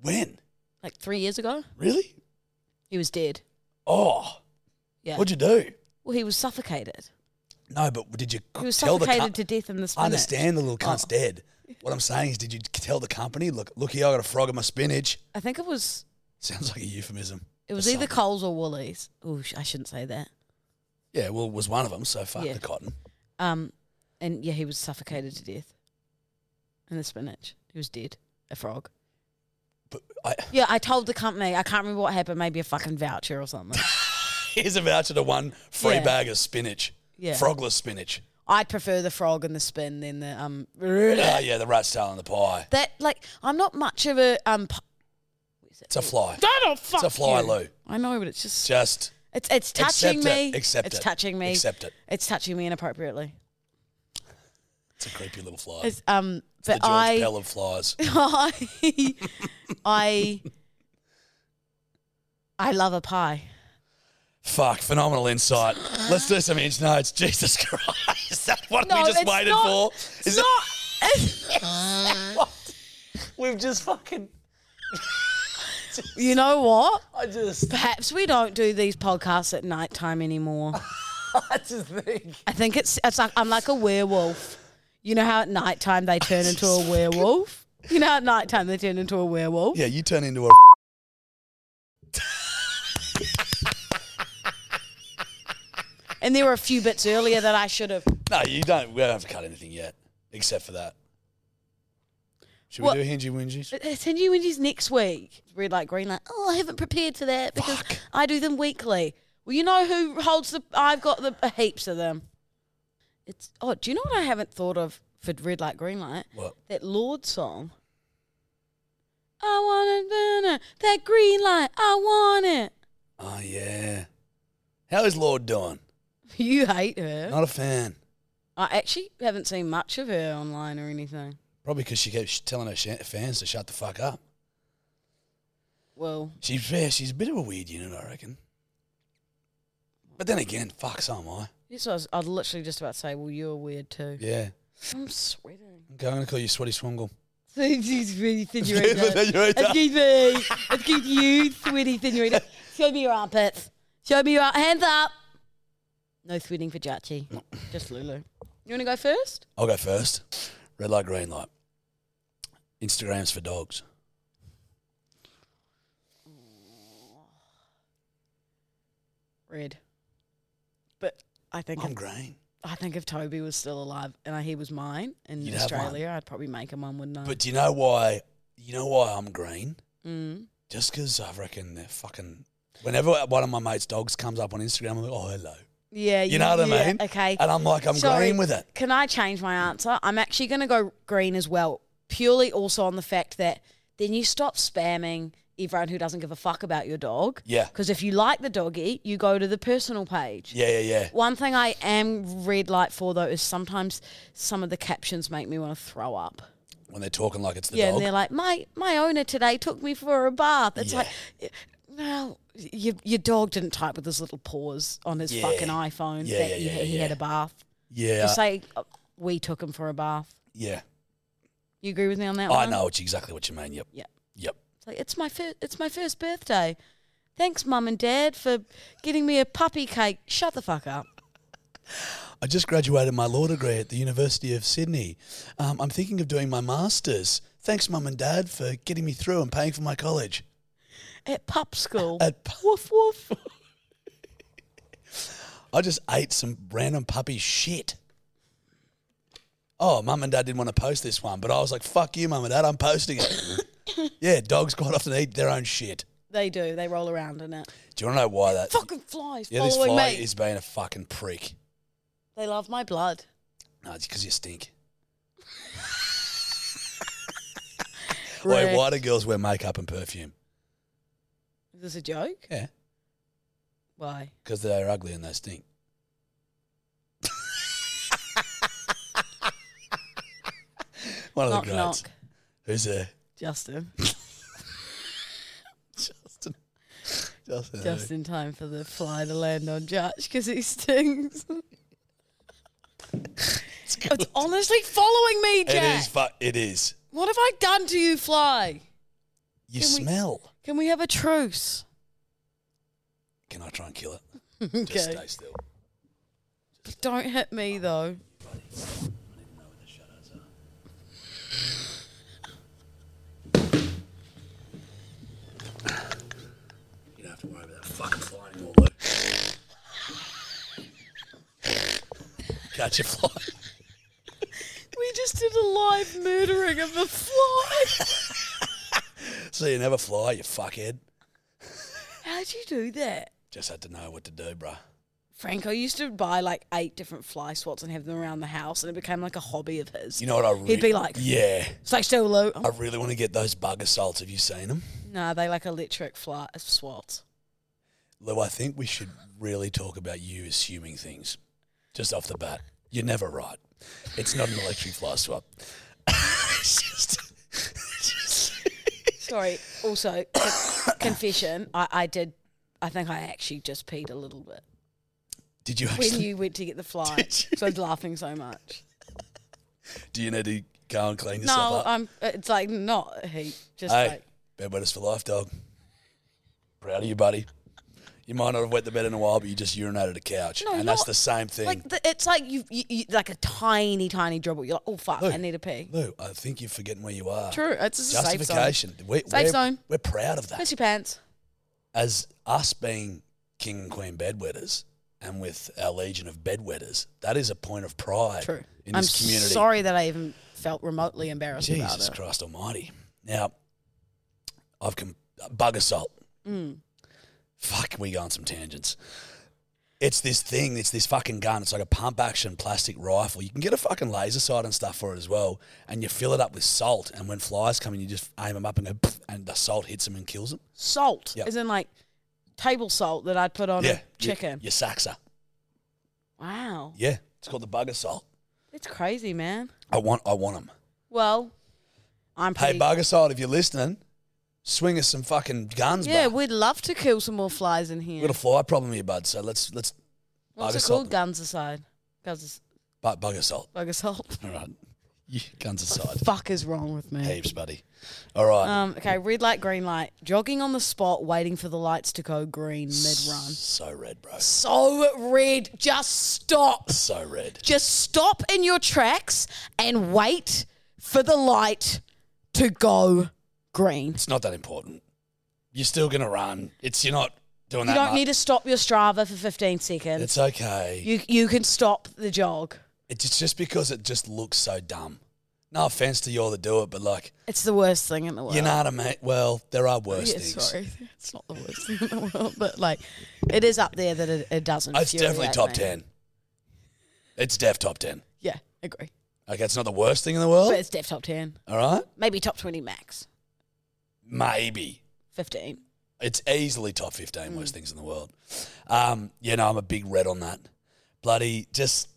When? Like three years ago? Really? He was dead. Oh, Yeah. what'd you do? well, he was suffocated. No, but did you He was tell the suffocated com- to death in the spinach. I understand the little cunt's Oh. dead. What I'm saying is, did you tell the company, look, look here, I got a frog in my spinach? I think it was Sounds like a euphemism. it for was either something. Coles or Woolies. Oh, sh- I shouldn't say that. Yeah, well, it was one of them, so fuck Yeah. the cotton. Um, and yeah, he was suffocated to death in the spinach. He was dead. A frog. But I, [laughs] Yeah, I told the company. I can't remember what happened. Maybe a fucking voucher or [laughs] something. here's a voucher to one free Yeah. bag of spinach, Yeah. frogless spinach. I'd prefer the frog and the spin than the um. Oh yeah, the rat's tail and the pie. That like I'm not much of a um. p- It's a fly. Donald, fuck It's a fly, you. Lou. I know, but it's just Just it's it's touching accept me. it. Accept it's it. touching me. Accept it. It's touching me inappropriately. It's a creepy little fly. It's, um, It's the but George I, Pell of flies. [laughs] I, [laughs] I, I love a pie. Fuck, phenomenal insight. Let's do some inch notes. Jesus [laughs] Christ, is that what No, we just it's waited not- for? it's Is not. [laughs] that what? We've just fucking. you know what? I just. Perhaps we don't do these podcasts at nighttime anymore. [laughs] I just think. I think it's it's like I'm like a werewolf. You know how at nighttime they turn into a werewolf. You know how at nighttime they turn into a werewolf. Yeah, you turn into a. And there were a few bits earlier that I should have. No, you don't. We don't have to cut anything yet, except for that. Should What- we do hingy wingies? It's in you Wendy's next week. Red light, green light. Oh, I haven't prepared for that because Fuck. I do them weekly. Well, you know who holds the? I've got the uh, heaps of them. It's oh, do you know what I haven't thought of for red light, green light? What? That Lord song. I want it, wanna- that green light. I want it. [laughs] Oh yeah. How is Lord doing? You hate her. Not a fan. I actually haven't seen much of her online or anything. Probably because she kept sh- telling her sh- fans to shut the fuck up. Well, She's yeah, she's a bit of a weird unit, I reckon. But then again, fuck, so am I. this was, I was literally just about to say, well, you're weird too. Yeah. I'm sweating. [laughs] Okay, I'm going to call you Sweaty Swongle. Sweaty senorita. Senorita. Excuse me. Excuse you, sweaty senorita. Show me your armpits. Show me your ar- hands up. No sweating for Jachi. Just Lulu. You want to go first? I'll go first. Red light, green light. Instagram's for dogs. Red. But I think I'm if- green. I think if Toby was still alive and he was mine in You'd have one. Australia, I'd probably make him one, wouldn't I? But do you know why? You know why I'm green? Mm. Just because I reckon they're fucking. Whenever one of my mates' dogs comes up on Instagram, I'm like, oh hello. Yeah, You know what I yeah, mean? Okay. And I'm like, I'm green with it. Can I change my answer? I'm actually going to go green as well, purely also on the fact that then you stop spamming everyone who doesn't give a fuck about your dog. Yeah. Because if you like the doggy, you go to the personal page. Yeah, yeah, yeah. One thing I am red light for though is sometimes some of the captions make me want to throw up. When they're talking like it's the yeah, dog. and they're like, my my owner today took me for a bath. It's Yeah. like, well, your your dog didn't type with his little paws on his Yeah. fucking iPhone Yeah, that he, yeah, yeah, he had a yeah. bath. yeah, Just say uh, we took him for a bath. yeah. You agree with me on that? I one? know it's exactly what you mean. Yep. Yep. Yep. It's like it's my first it's my first birthday. Thanks, mum and dad, for getting me a puppy cake. Shut the fuck up. I just graduated my law degree at the University of Sydney. Um, I'm thinking of doing my masters. Thanks, mum and dad, for getting me through and paying for my college. At pup school. At pu- woof woof. [laughs] I just ate some random puppy shit. Oh, mum and dad didn't want to post this one, but I was like, fuck you, mum and dad, I'm posting it. [coughs] yeah, dogs quite often eat their own shit. They do. They roll around in it. Do you want to know why that? Fucking flies uh, yeah, this following fly me. is being a fucking prick. They love my blood. No, it's because you [laughs] stink. Wait, why do girls wear makeup and perfume? Is this a joke? Yeah, Why? because they're ugly and they stink. [laughs] One of knock the greats. knock. Who's there? Justin. Justin. Justin. Just in time for the fly to land on Josh because he stings. it's honestly following me, It Jack. is. Fu- it is. What have I done to you, fly? You Can we- smell. Can we have a truce? Can I try and kill it? Just okay. stay still. Don't hit me though. You don't have to worry about that fucking fly anymore, Luke. [laughs] Catch a fly. [laughs] We just did a live murdering of a fly. [laughs] So you never fly, you fuckhead. How'd you do that? Just had to know what to do, bruh. Franco used to buy like eight different fly swats and have them around the house, and it became like a hobby of his. You know what I? Re- He'd be like, yeah. "Stay still, Lou." I really want to get those bug assaults. Have you seen them, No, they like electric fly uh, swats. Lou? I think we should really talk about you assuming things, just off the bat. You're never right. It's not an electric fly swap. [laughs] It's just- Sorry. Also, con- [coughs] confession. I, I did. I think I actually just peed a little bit Did you actually? when you went to get the fly. Did you? So I was laughing so much. do you need to go and clean yourself No, up? I'm. It's like not a heat. Just hey, like bed wetters for life, dog. Proud of you, buddy. You might not have wet the bed in a while, but you just urinated a couch, no, and that's not- the same thing. Like the, it's like you, you, you, like a tiny, tiny dribble. You're like, oh fuck, I Look, need a pee. Lou, I think you're forgetting where you are. True. It's just a safe zone. Justification. We're, Safe we're, zone. We're proud of that. Miss your pants. As us being king and queen bedwetters, and with our legion of bedwetters, that is a point of pride True. in I'm this community. sorry that I even felt remotely embarrassed about it. Jesus Christ Almighty! Now, I've com- bug assault. Mm. Fuck, we go on some tangents. It's this thing. It's this fucking gun. It's like a pump action plastic rifle. You can get a fucking laser sight and stuff for it as well, and you fill it up with salt. And when flies come in, you just aim them up and go, "Pff," and the salt hits them and kills them. Salt, Yep. is in like table salt that I'd put on a chicken. Your, your saxa. Wow, Yeah, it's called the bug assault. it's crazy, man. I want. I want them. Well, I'm Hey, pretty. bug assault, if you're listening, swing us some fucking guns. yeah, bud. we'd love to kill some more flies in we here. got a fly problem here, bud. So let's let's bug What's it assault called? Guns aside. Guns, But bug assault. bug assault. [laughs] [laughs] All right. You, guns aside. Fuck is wrong with me. Heaps, buddy. All right. Um, okay, red light, green light. Jogging on the spot, waiting for the lights to go green mid run. So red, bro. So red. Just stop. So red. Just stop in your tracks and wait for the light to go green. It's not that important. You're still going to run. It's You're not doing You that don't need to stop your Strava for 15 seconds. It's okay. You you can stop the jog. It's just because it just looks so dumb. No offense to you all that do it, but like, It's the worst thing in the world. you know what I mean? Well, there are worse Oh, yeah, things. Sorry, it's not the worst thing in the world, but like, it is up there that it, it doesn't. It's definitely infuriate top me. 10. It's def top 10. Yeah, agree. Okay, it's not the worst thing in the world. But it's def top ten, all right? maybe top twenty max, Maybe. fifteen. It's easily top 15 worst things in the world. Um, yeah, no, I'm a big red on that. Bloody, just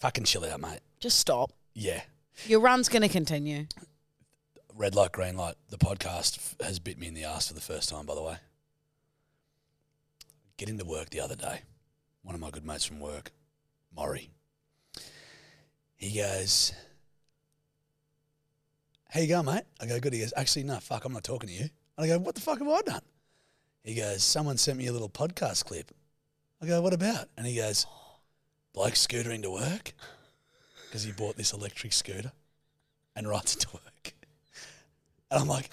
fucking chill out, mate. Just stop. Yeah. Your run's going to continue. Red light, green light. The podcast f- has bit me in the ass for the first time, by the way. Getting to work the other day, one of my good mates from work, Maury, he goes, How you going, mate? I go, Good. He goes, Actually, no, fuck, I'm not talking to you. And I go, What the fuck have I done? He goes, Someone sent me a little podcast clip. I go, What about? And he goes, Bloke scootering to work because he bought this electric scooter and rides it to work. And I'm like,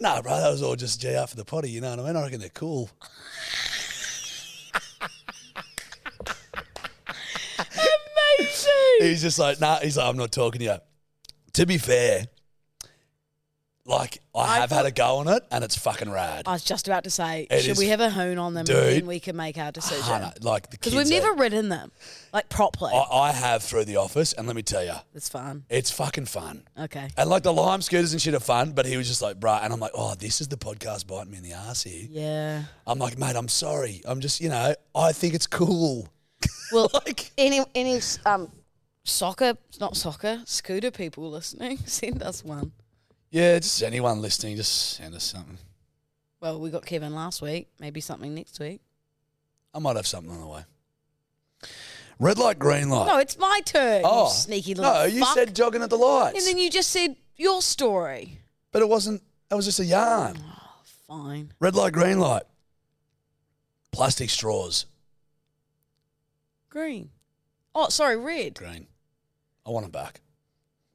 nah, bro, that was all just JR for the potty, you know what I mean? I reckon they're cool. Amazing. He's just like, nah, he's like, I'm not talking to you. To be fair, like, I, I have had a go on it and it's fucking rad. I was just about to say, It should is- we have a hoon on them Dude. and then we can make our decision? Hunter, like, the Because kids. we've never are- ridden them, like properly. I, I have through the office, and let me tell you, it's fun. it's fucking fun. Okay. And like the lime scooters and shit are fun, but he was just like, bruh. And I'm like, oh, this is the podcast biting me in the ass here. Yeah. I'm like, mate, I'm sorry. I'm just, you know, I think it's cool. [laughs] Well, any any um soccer, not soccer, scooter people listening, [laughs] send us one. Yeah, just anyone listening, just send us something. Well, we got Kevin last week. Maybe something next week. I might have something on the way. Red light, green light. No, it's my turn. Oh, Oh, sneaky little. no, you fuck. said jogging at the lights. And then you just said your story. but it wasn't, that was just a yarn. Fine. Red light, green light. Plastic straws. Green. Oh, sorry, red. Green. I want them back.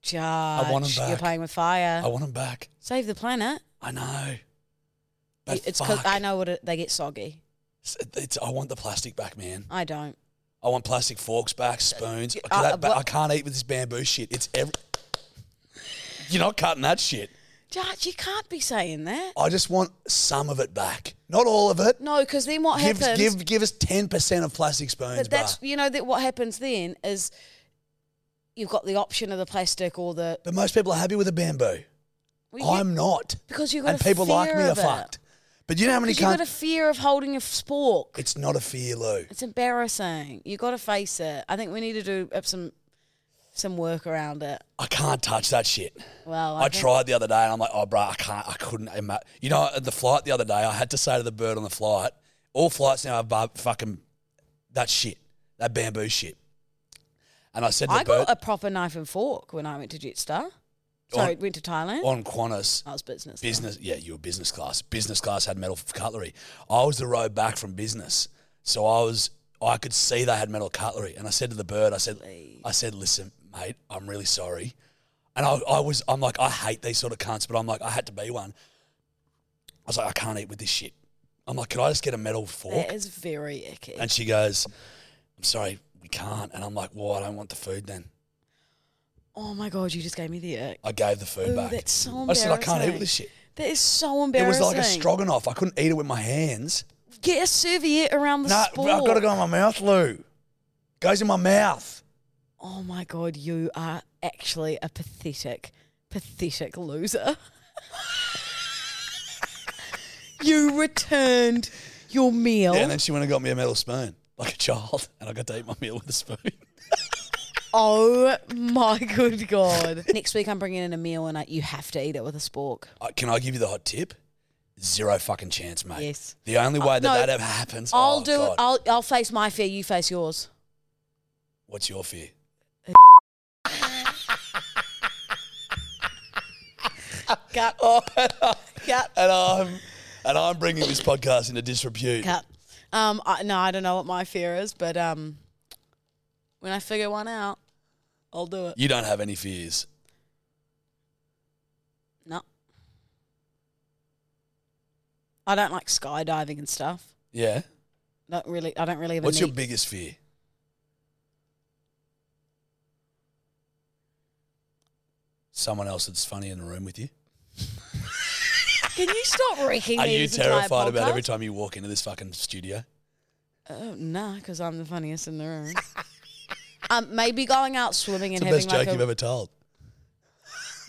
Judge. want 'em You're back. playing with fire. I want them back. Save the planet. I know. But it's fuck. I know what it, they get soggy. It's, it's- I want the plastic back, man. I don't. I want plastic forks back, spoons. uh, that ba- what- I can't eat with this bamboo shit. It's every. You're not cutting that shit. Judge, you can't be saying that. I just want some of it back, not all of it. No, because then what give, happens? give give us ten percent of plastic spoons, but bro. that's you know that what happens then is you've got the option of the plastic or the. But most people are happy with a bamboo. Well, you- I'm not, because you've got and a people like fear me are of it. fucked. But you know how many Because you've can't. got a fear of holding a spork. it's not a fear, Lou. It's embarrassing. You got to face it. I think we need to do up some some work around it. I can't touch that shit. Well, I think- tried the other day, and I'm like, oh, bro, I can't, I couldn't. ima- You know, at the flight the other day, I had to say to the bird on the flight, all flights now have bar- fucking that shit, that bamboo shit. And I said to the I bird got a proper knife and fork when I went to Jetstar. Sorry, On- went to Thailand. on Qantas, I was business. though. business yeah you were business class business class had metal cutlery i was the road back from business so i was i could see they had metal cutlery and i said to the bird i said i said listen mate i'm really sorry and I, I was i'm like i hate these sort of cunts but i'm like i had to be one i was like i can't eat with this shit i'm like can i just get a metal fork That is very icky. and she goes i'm sorry we can't and i'm like well i don't want the food then oh my god, you just gave me the ick. i gave the food Ooh, back that's so i said i can't embarrassing. eat with this shit That is so it was embarrassing. like a stroganoff i couldn't eat it with my hands Get a serviette around the No, spork. I've got to go in my mouth, Lou. Goes in my mouth. Oh my god, you are actually a pathetic, pathetic loser. [laughs] you returned your meal. Yeah, and then she went and got me a metal spoon, like a child, [laughs] and I got to eat my meal with a spoon. [laughs] oh my good god! Next week I'm bringing in a meal, and I, you have to eat it with a spork. Uh, Can I give you the hot tip? Zero fucking chance, mate. Yes. The only way that no, that ever happens. I'll oh, do. God. I'll I'll face my fear. You face yours. What's your fear? Cut. Cut. And I'm and I'm bringing this podcast into disrepute. Cut. Um, I, no, I don't know what my fear is, but um, when I figure one out, I'll do it. You don't have any fears. No. I don't like skydiving and stuff. Yeah. Not really. I don't really. Even What's your need- biggest fear? Someone else that's funny in the room with you. Can you [laughs] stop reeking Are me you this entire terrified about every podcast? time you walk into this fucking studio? Oh, nah, because I'm the funniest in the room. [laughs] um, maybe going out swimming It's and the having best like joke a, you've ever told.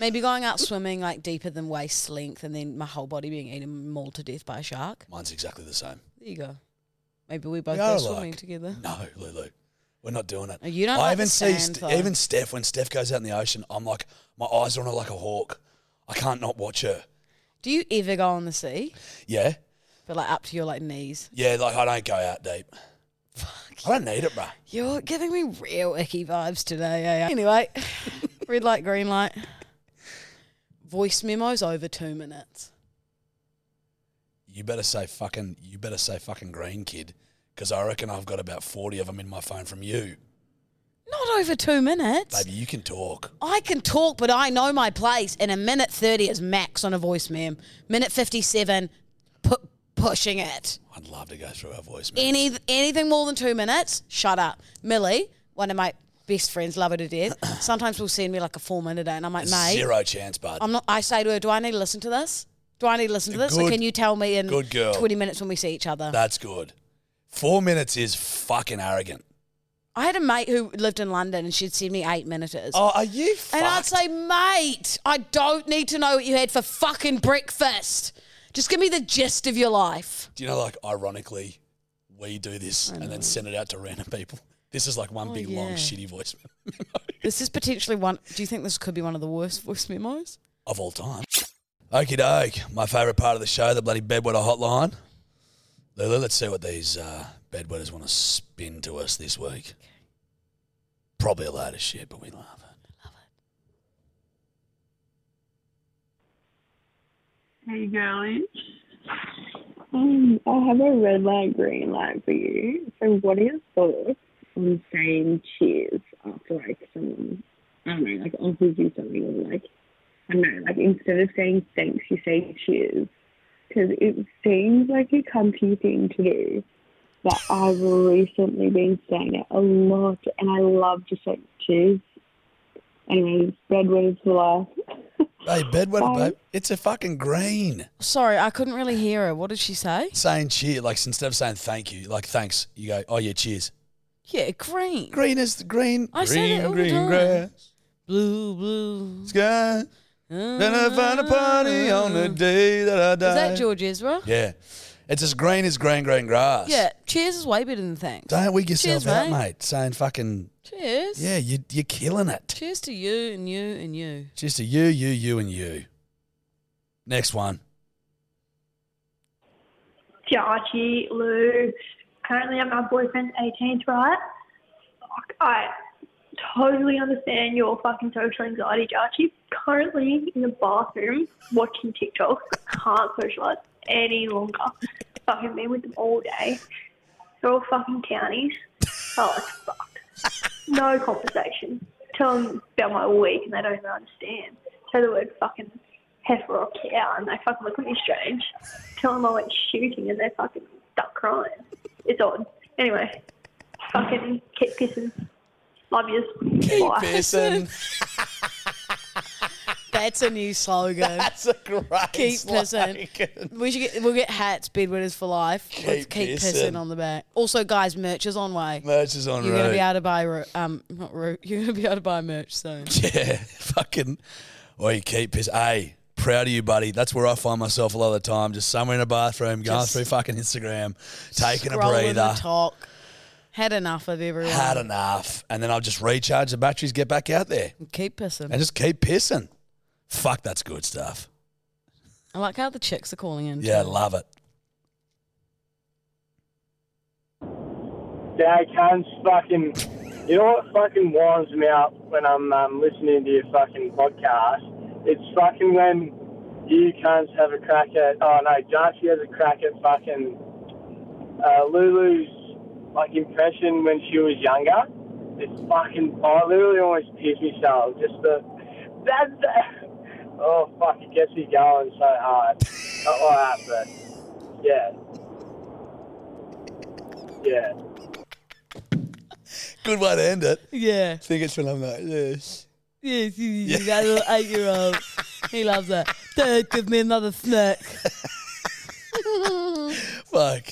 maybe going out swimming like deeper than waist length, and then my whole body being eaten mauled to death by a shark. Mine's exactly the same. There you go. Maybe we both We go are swimming alike. together. No, Lulu. We're not doing it. No, you don't I like even the see sand, St- though. even Steph when Steph goes out in the ocean. I'm like my eyes are on her like a hawk. I can't not watch her. Do you ever go on the sea, Yeah, but like up to your like knees? yeah. Like I don't go out deep. I don't need it, bruh. You're giving me real icky vibes today. Eh? Anyway, [laughs] red light, green light. Voice memos over two minutes. You better say fucking. You better say fucking green, kid. Because I reckon I've got about forty of them in my phone from you, Not over two minutes. baby. You can talk. I can talk, but I know my place. And a minute 30 is max on a voice mem. Minute 57, pu- pushing it. I'd love to go through our voice. Any Anything more than two minutes, shut up. Millie, one of my best friends, love her to death, [coughs] sometimes will send me like a four minute and I'm like, mate. Zero chance, bud. I'm not, I say to her, do I need to listen to this? Do I need to listen to this? or Good- can you tell me in good girl. 20 minutes when we see each other? That's good. Four minutes is fucking arrogant. I had a mate who lived in London and she'd send me eight minuters. Oh, are you? And I'd fucked? say, mate, I don't need to know what you had for fucking breakfast. Just give me the gist of your life. Do you know, like, ironically, we do this and then send it out to random people. This is like one Oh, big, long, yeah. shitty voice This is potentially one. Do you think this could be one of the worst voice memos? [laughs] of all time. Okie doke. My favourite part of the show, the bloody bedwetter hotline. Lulu, let's see what these uh, bedwetters want to spin to us this week. Probably a load of shit, but we love it. Hey, girlies. Um, I have a red light, green light for you. So, what are your thoughts on saying cheers after like someone, I don't know, like offers you something, or like I don't know, like instead of saying thanks, you say cheers, because it seems like a comfy thing to do. But I've recently been saying it a lot, and I love to say cheers. Anyways, red words for life. [laughs] Hey, bedwetter, babe, it's a fucking green. Sorry, I couldn't really hear her. What did she say? Saying cheer, like, instead of saying thank you, like, thanks, you go, oh, yeah, cheers. Yeah, green. Green is the green. I say that all the time. Blue, blue. Sky. Then I find a party on the day that I die. Is that George Ezra? Yeah. It's as green as green, green grass. Yeah. Cheers is way better than thanks. Don't wig yourself Cheers, out, mate. mate. Saying fucking, Cheers. yeah, you, you're killing it. Cheers to you and you and you. Just a you, you, you, and you. Next one. Archie, Lou. Currently, I'm my boyfriend's 18th, right? Fuck, I totally understand your fucking social anxiety, Archie. Currently in the bathroom watching TikTok, can't socialise any longer. fucking been with them all day. They're all fucking townies. Oh, it's fucked. No conversation. Tell them about my week and they don't even understand. Say the word fucking heifer or cow and they fucking look at me strange. Tell them I went shooting and they fucking start crying. It's odd. Anyway, fucking keep kissing. Love you. Bye. [laughs] That's a new slogan. That's a great keep slogan. pissing. We should get, we'll get hats, bedwinners for life. Keep, with keep pissing. pissing. on the back. Also, guys, merch is on way. Merch is on You're gonna be route. able to buy ro- [laughs] um not root. You're gonna be able to buy merch soon. [laughs] Yeah, fucking. Oi, keep piss. Hey, proud of you, buddy. That's where I find myself a lot of the time. Just somewhere in a bathroom, going Just through fucking Instagram, taking a Scrolling breather. The talk. Had enough of everyone. Had enough. And then I'll just recharge the batteries, get back out there, Keep pissing. and just keep pissing. Fuck, that's good stuff. I like how the chicks are calling in. Yeah, love it. Dad cunts fucking. You know what fucking winds me up when I'm um, listening to your fucking podcast? It's fucking when you cunts have a crack at. Oh no, Darcy has a crack at fucking uh, Lulu's like impression when she was younger. It's fucking. I literally almost pissed myself. Just the that. that oh fuck, it gets me going so hard. Not like that, but yeah, yeah. Good way to end it. Yeah. [laughs] Think it's when I'm like, yes. Yes, you, you, you, that little eight year old. He loves that. Dad, give me another snack. Fuck.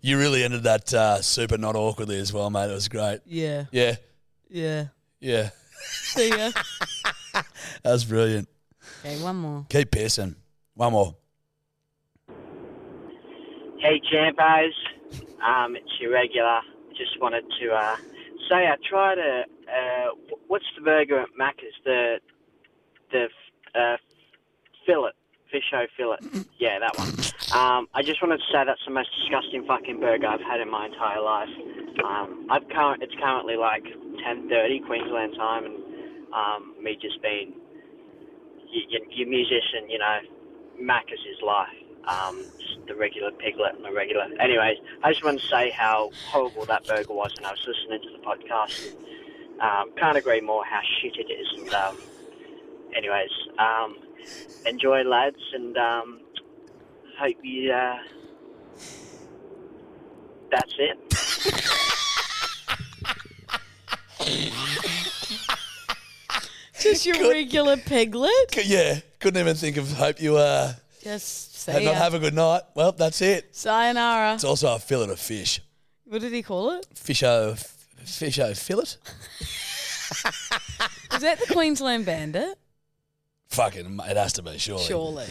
You really ended that uh, super not awkwardly as well, mate. It was great. Yeah. Yeah. Yeah. Yeah. See ya. That was brilliant. [laughs] Okay, one more. Keep pissing. One more. Hey, Champos. Um, it's your regular. Just wanted to uh, say I tried a. Uh, wh- what's the burger at Macca's? The the uh, fillet, fisho fillet. Yeah, that one. Um, I just wanted to say that's the most disgusting fucking burger I've had in my entire life. Um, I've current. It's currently like 10:30 Queensland time, and um, me just being you, you, your musician, you know, Macca's is life. Um, just the regular piglet and the regular. Anyways, I just wanted to say how horrible that burger was, and I was listening to the podcast. Um, can't agree more how shit it is. And, um, anyways, um, enjoy, lads, and um, hope you. Uh, that's it. Just your regular piglet. Yeah. Couldn't even think of. Hope you uh, Just have, say not have a good night. Well, that's it. Sayonara. It's also a fillet of fish. What did he call it? Fisho, f- fisho fillet. Is that the Queensland Bandit? Fucking, it has to be surely. Surely.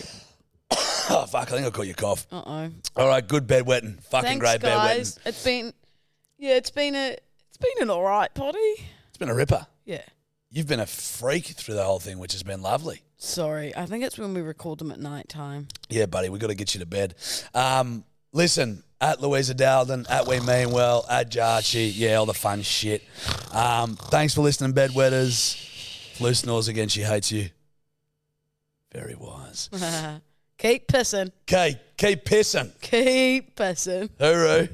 [laughs] Oh fuck! I think I caught your cough. Uh oh. All right, good bed wetting. Fucking Thanks, great bed wetting. guys. It's been, yeah, it's been a, it's been an all right potty. It's been a ripper. Yeah. You've been a freak through the whole thing, which has been lovely. Sorry, I think it's when we record them at night time. Yeah, buddy, we got to get you to bed. Um, listen, at Louisa Dowden, at We Mean Well, at Jarchi, yeah, all the fun shit. Um, thanks for listening, bedwetters. If Lou snores again, she hates you. Very wise. [laughs] Keep pissing. Okay, keep pissing. Keep pissing. Hooroo.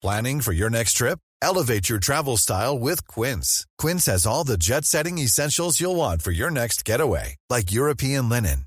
Planning for your next trip? Elevate your travel style with Quince. Quince has all the jet setting essentials you'll want for your next getaway, like European linen,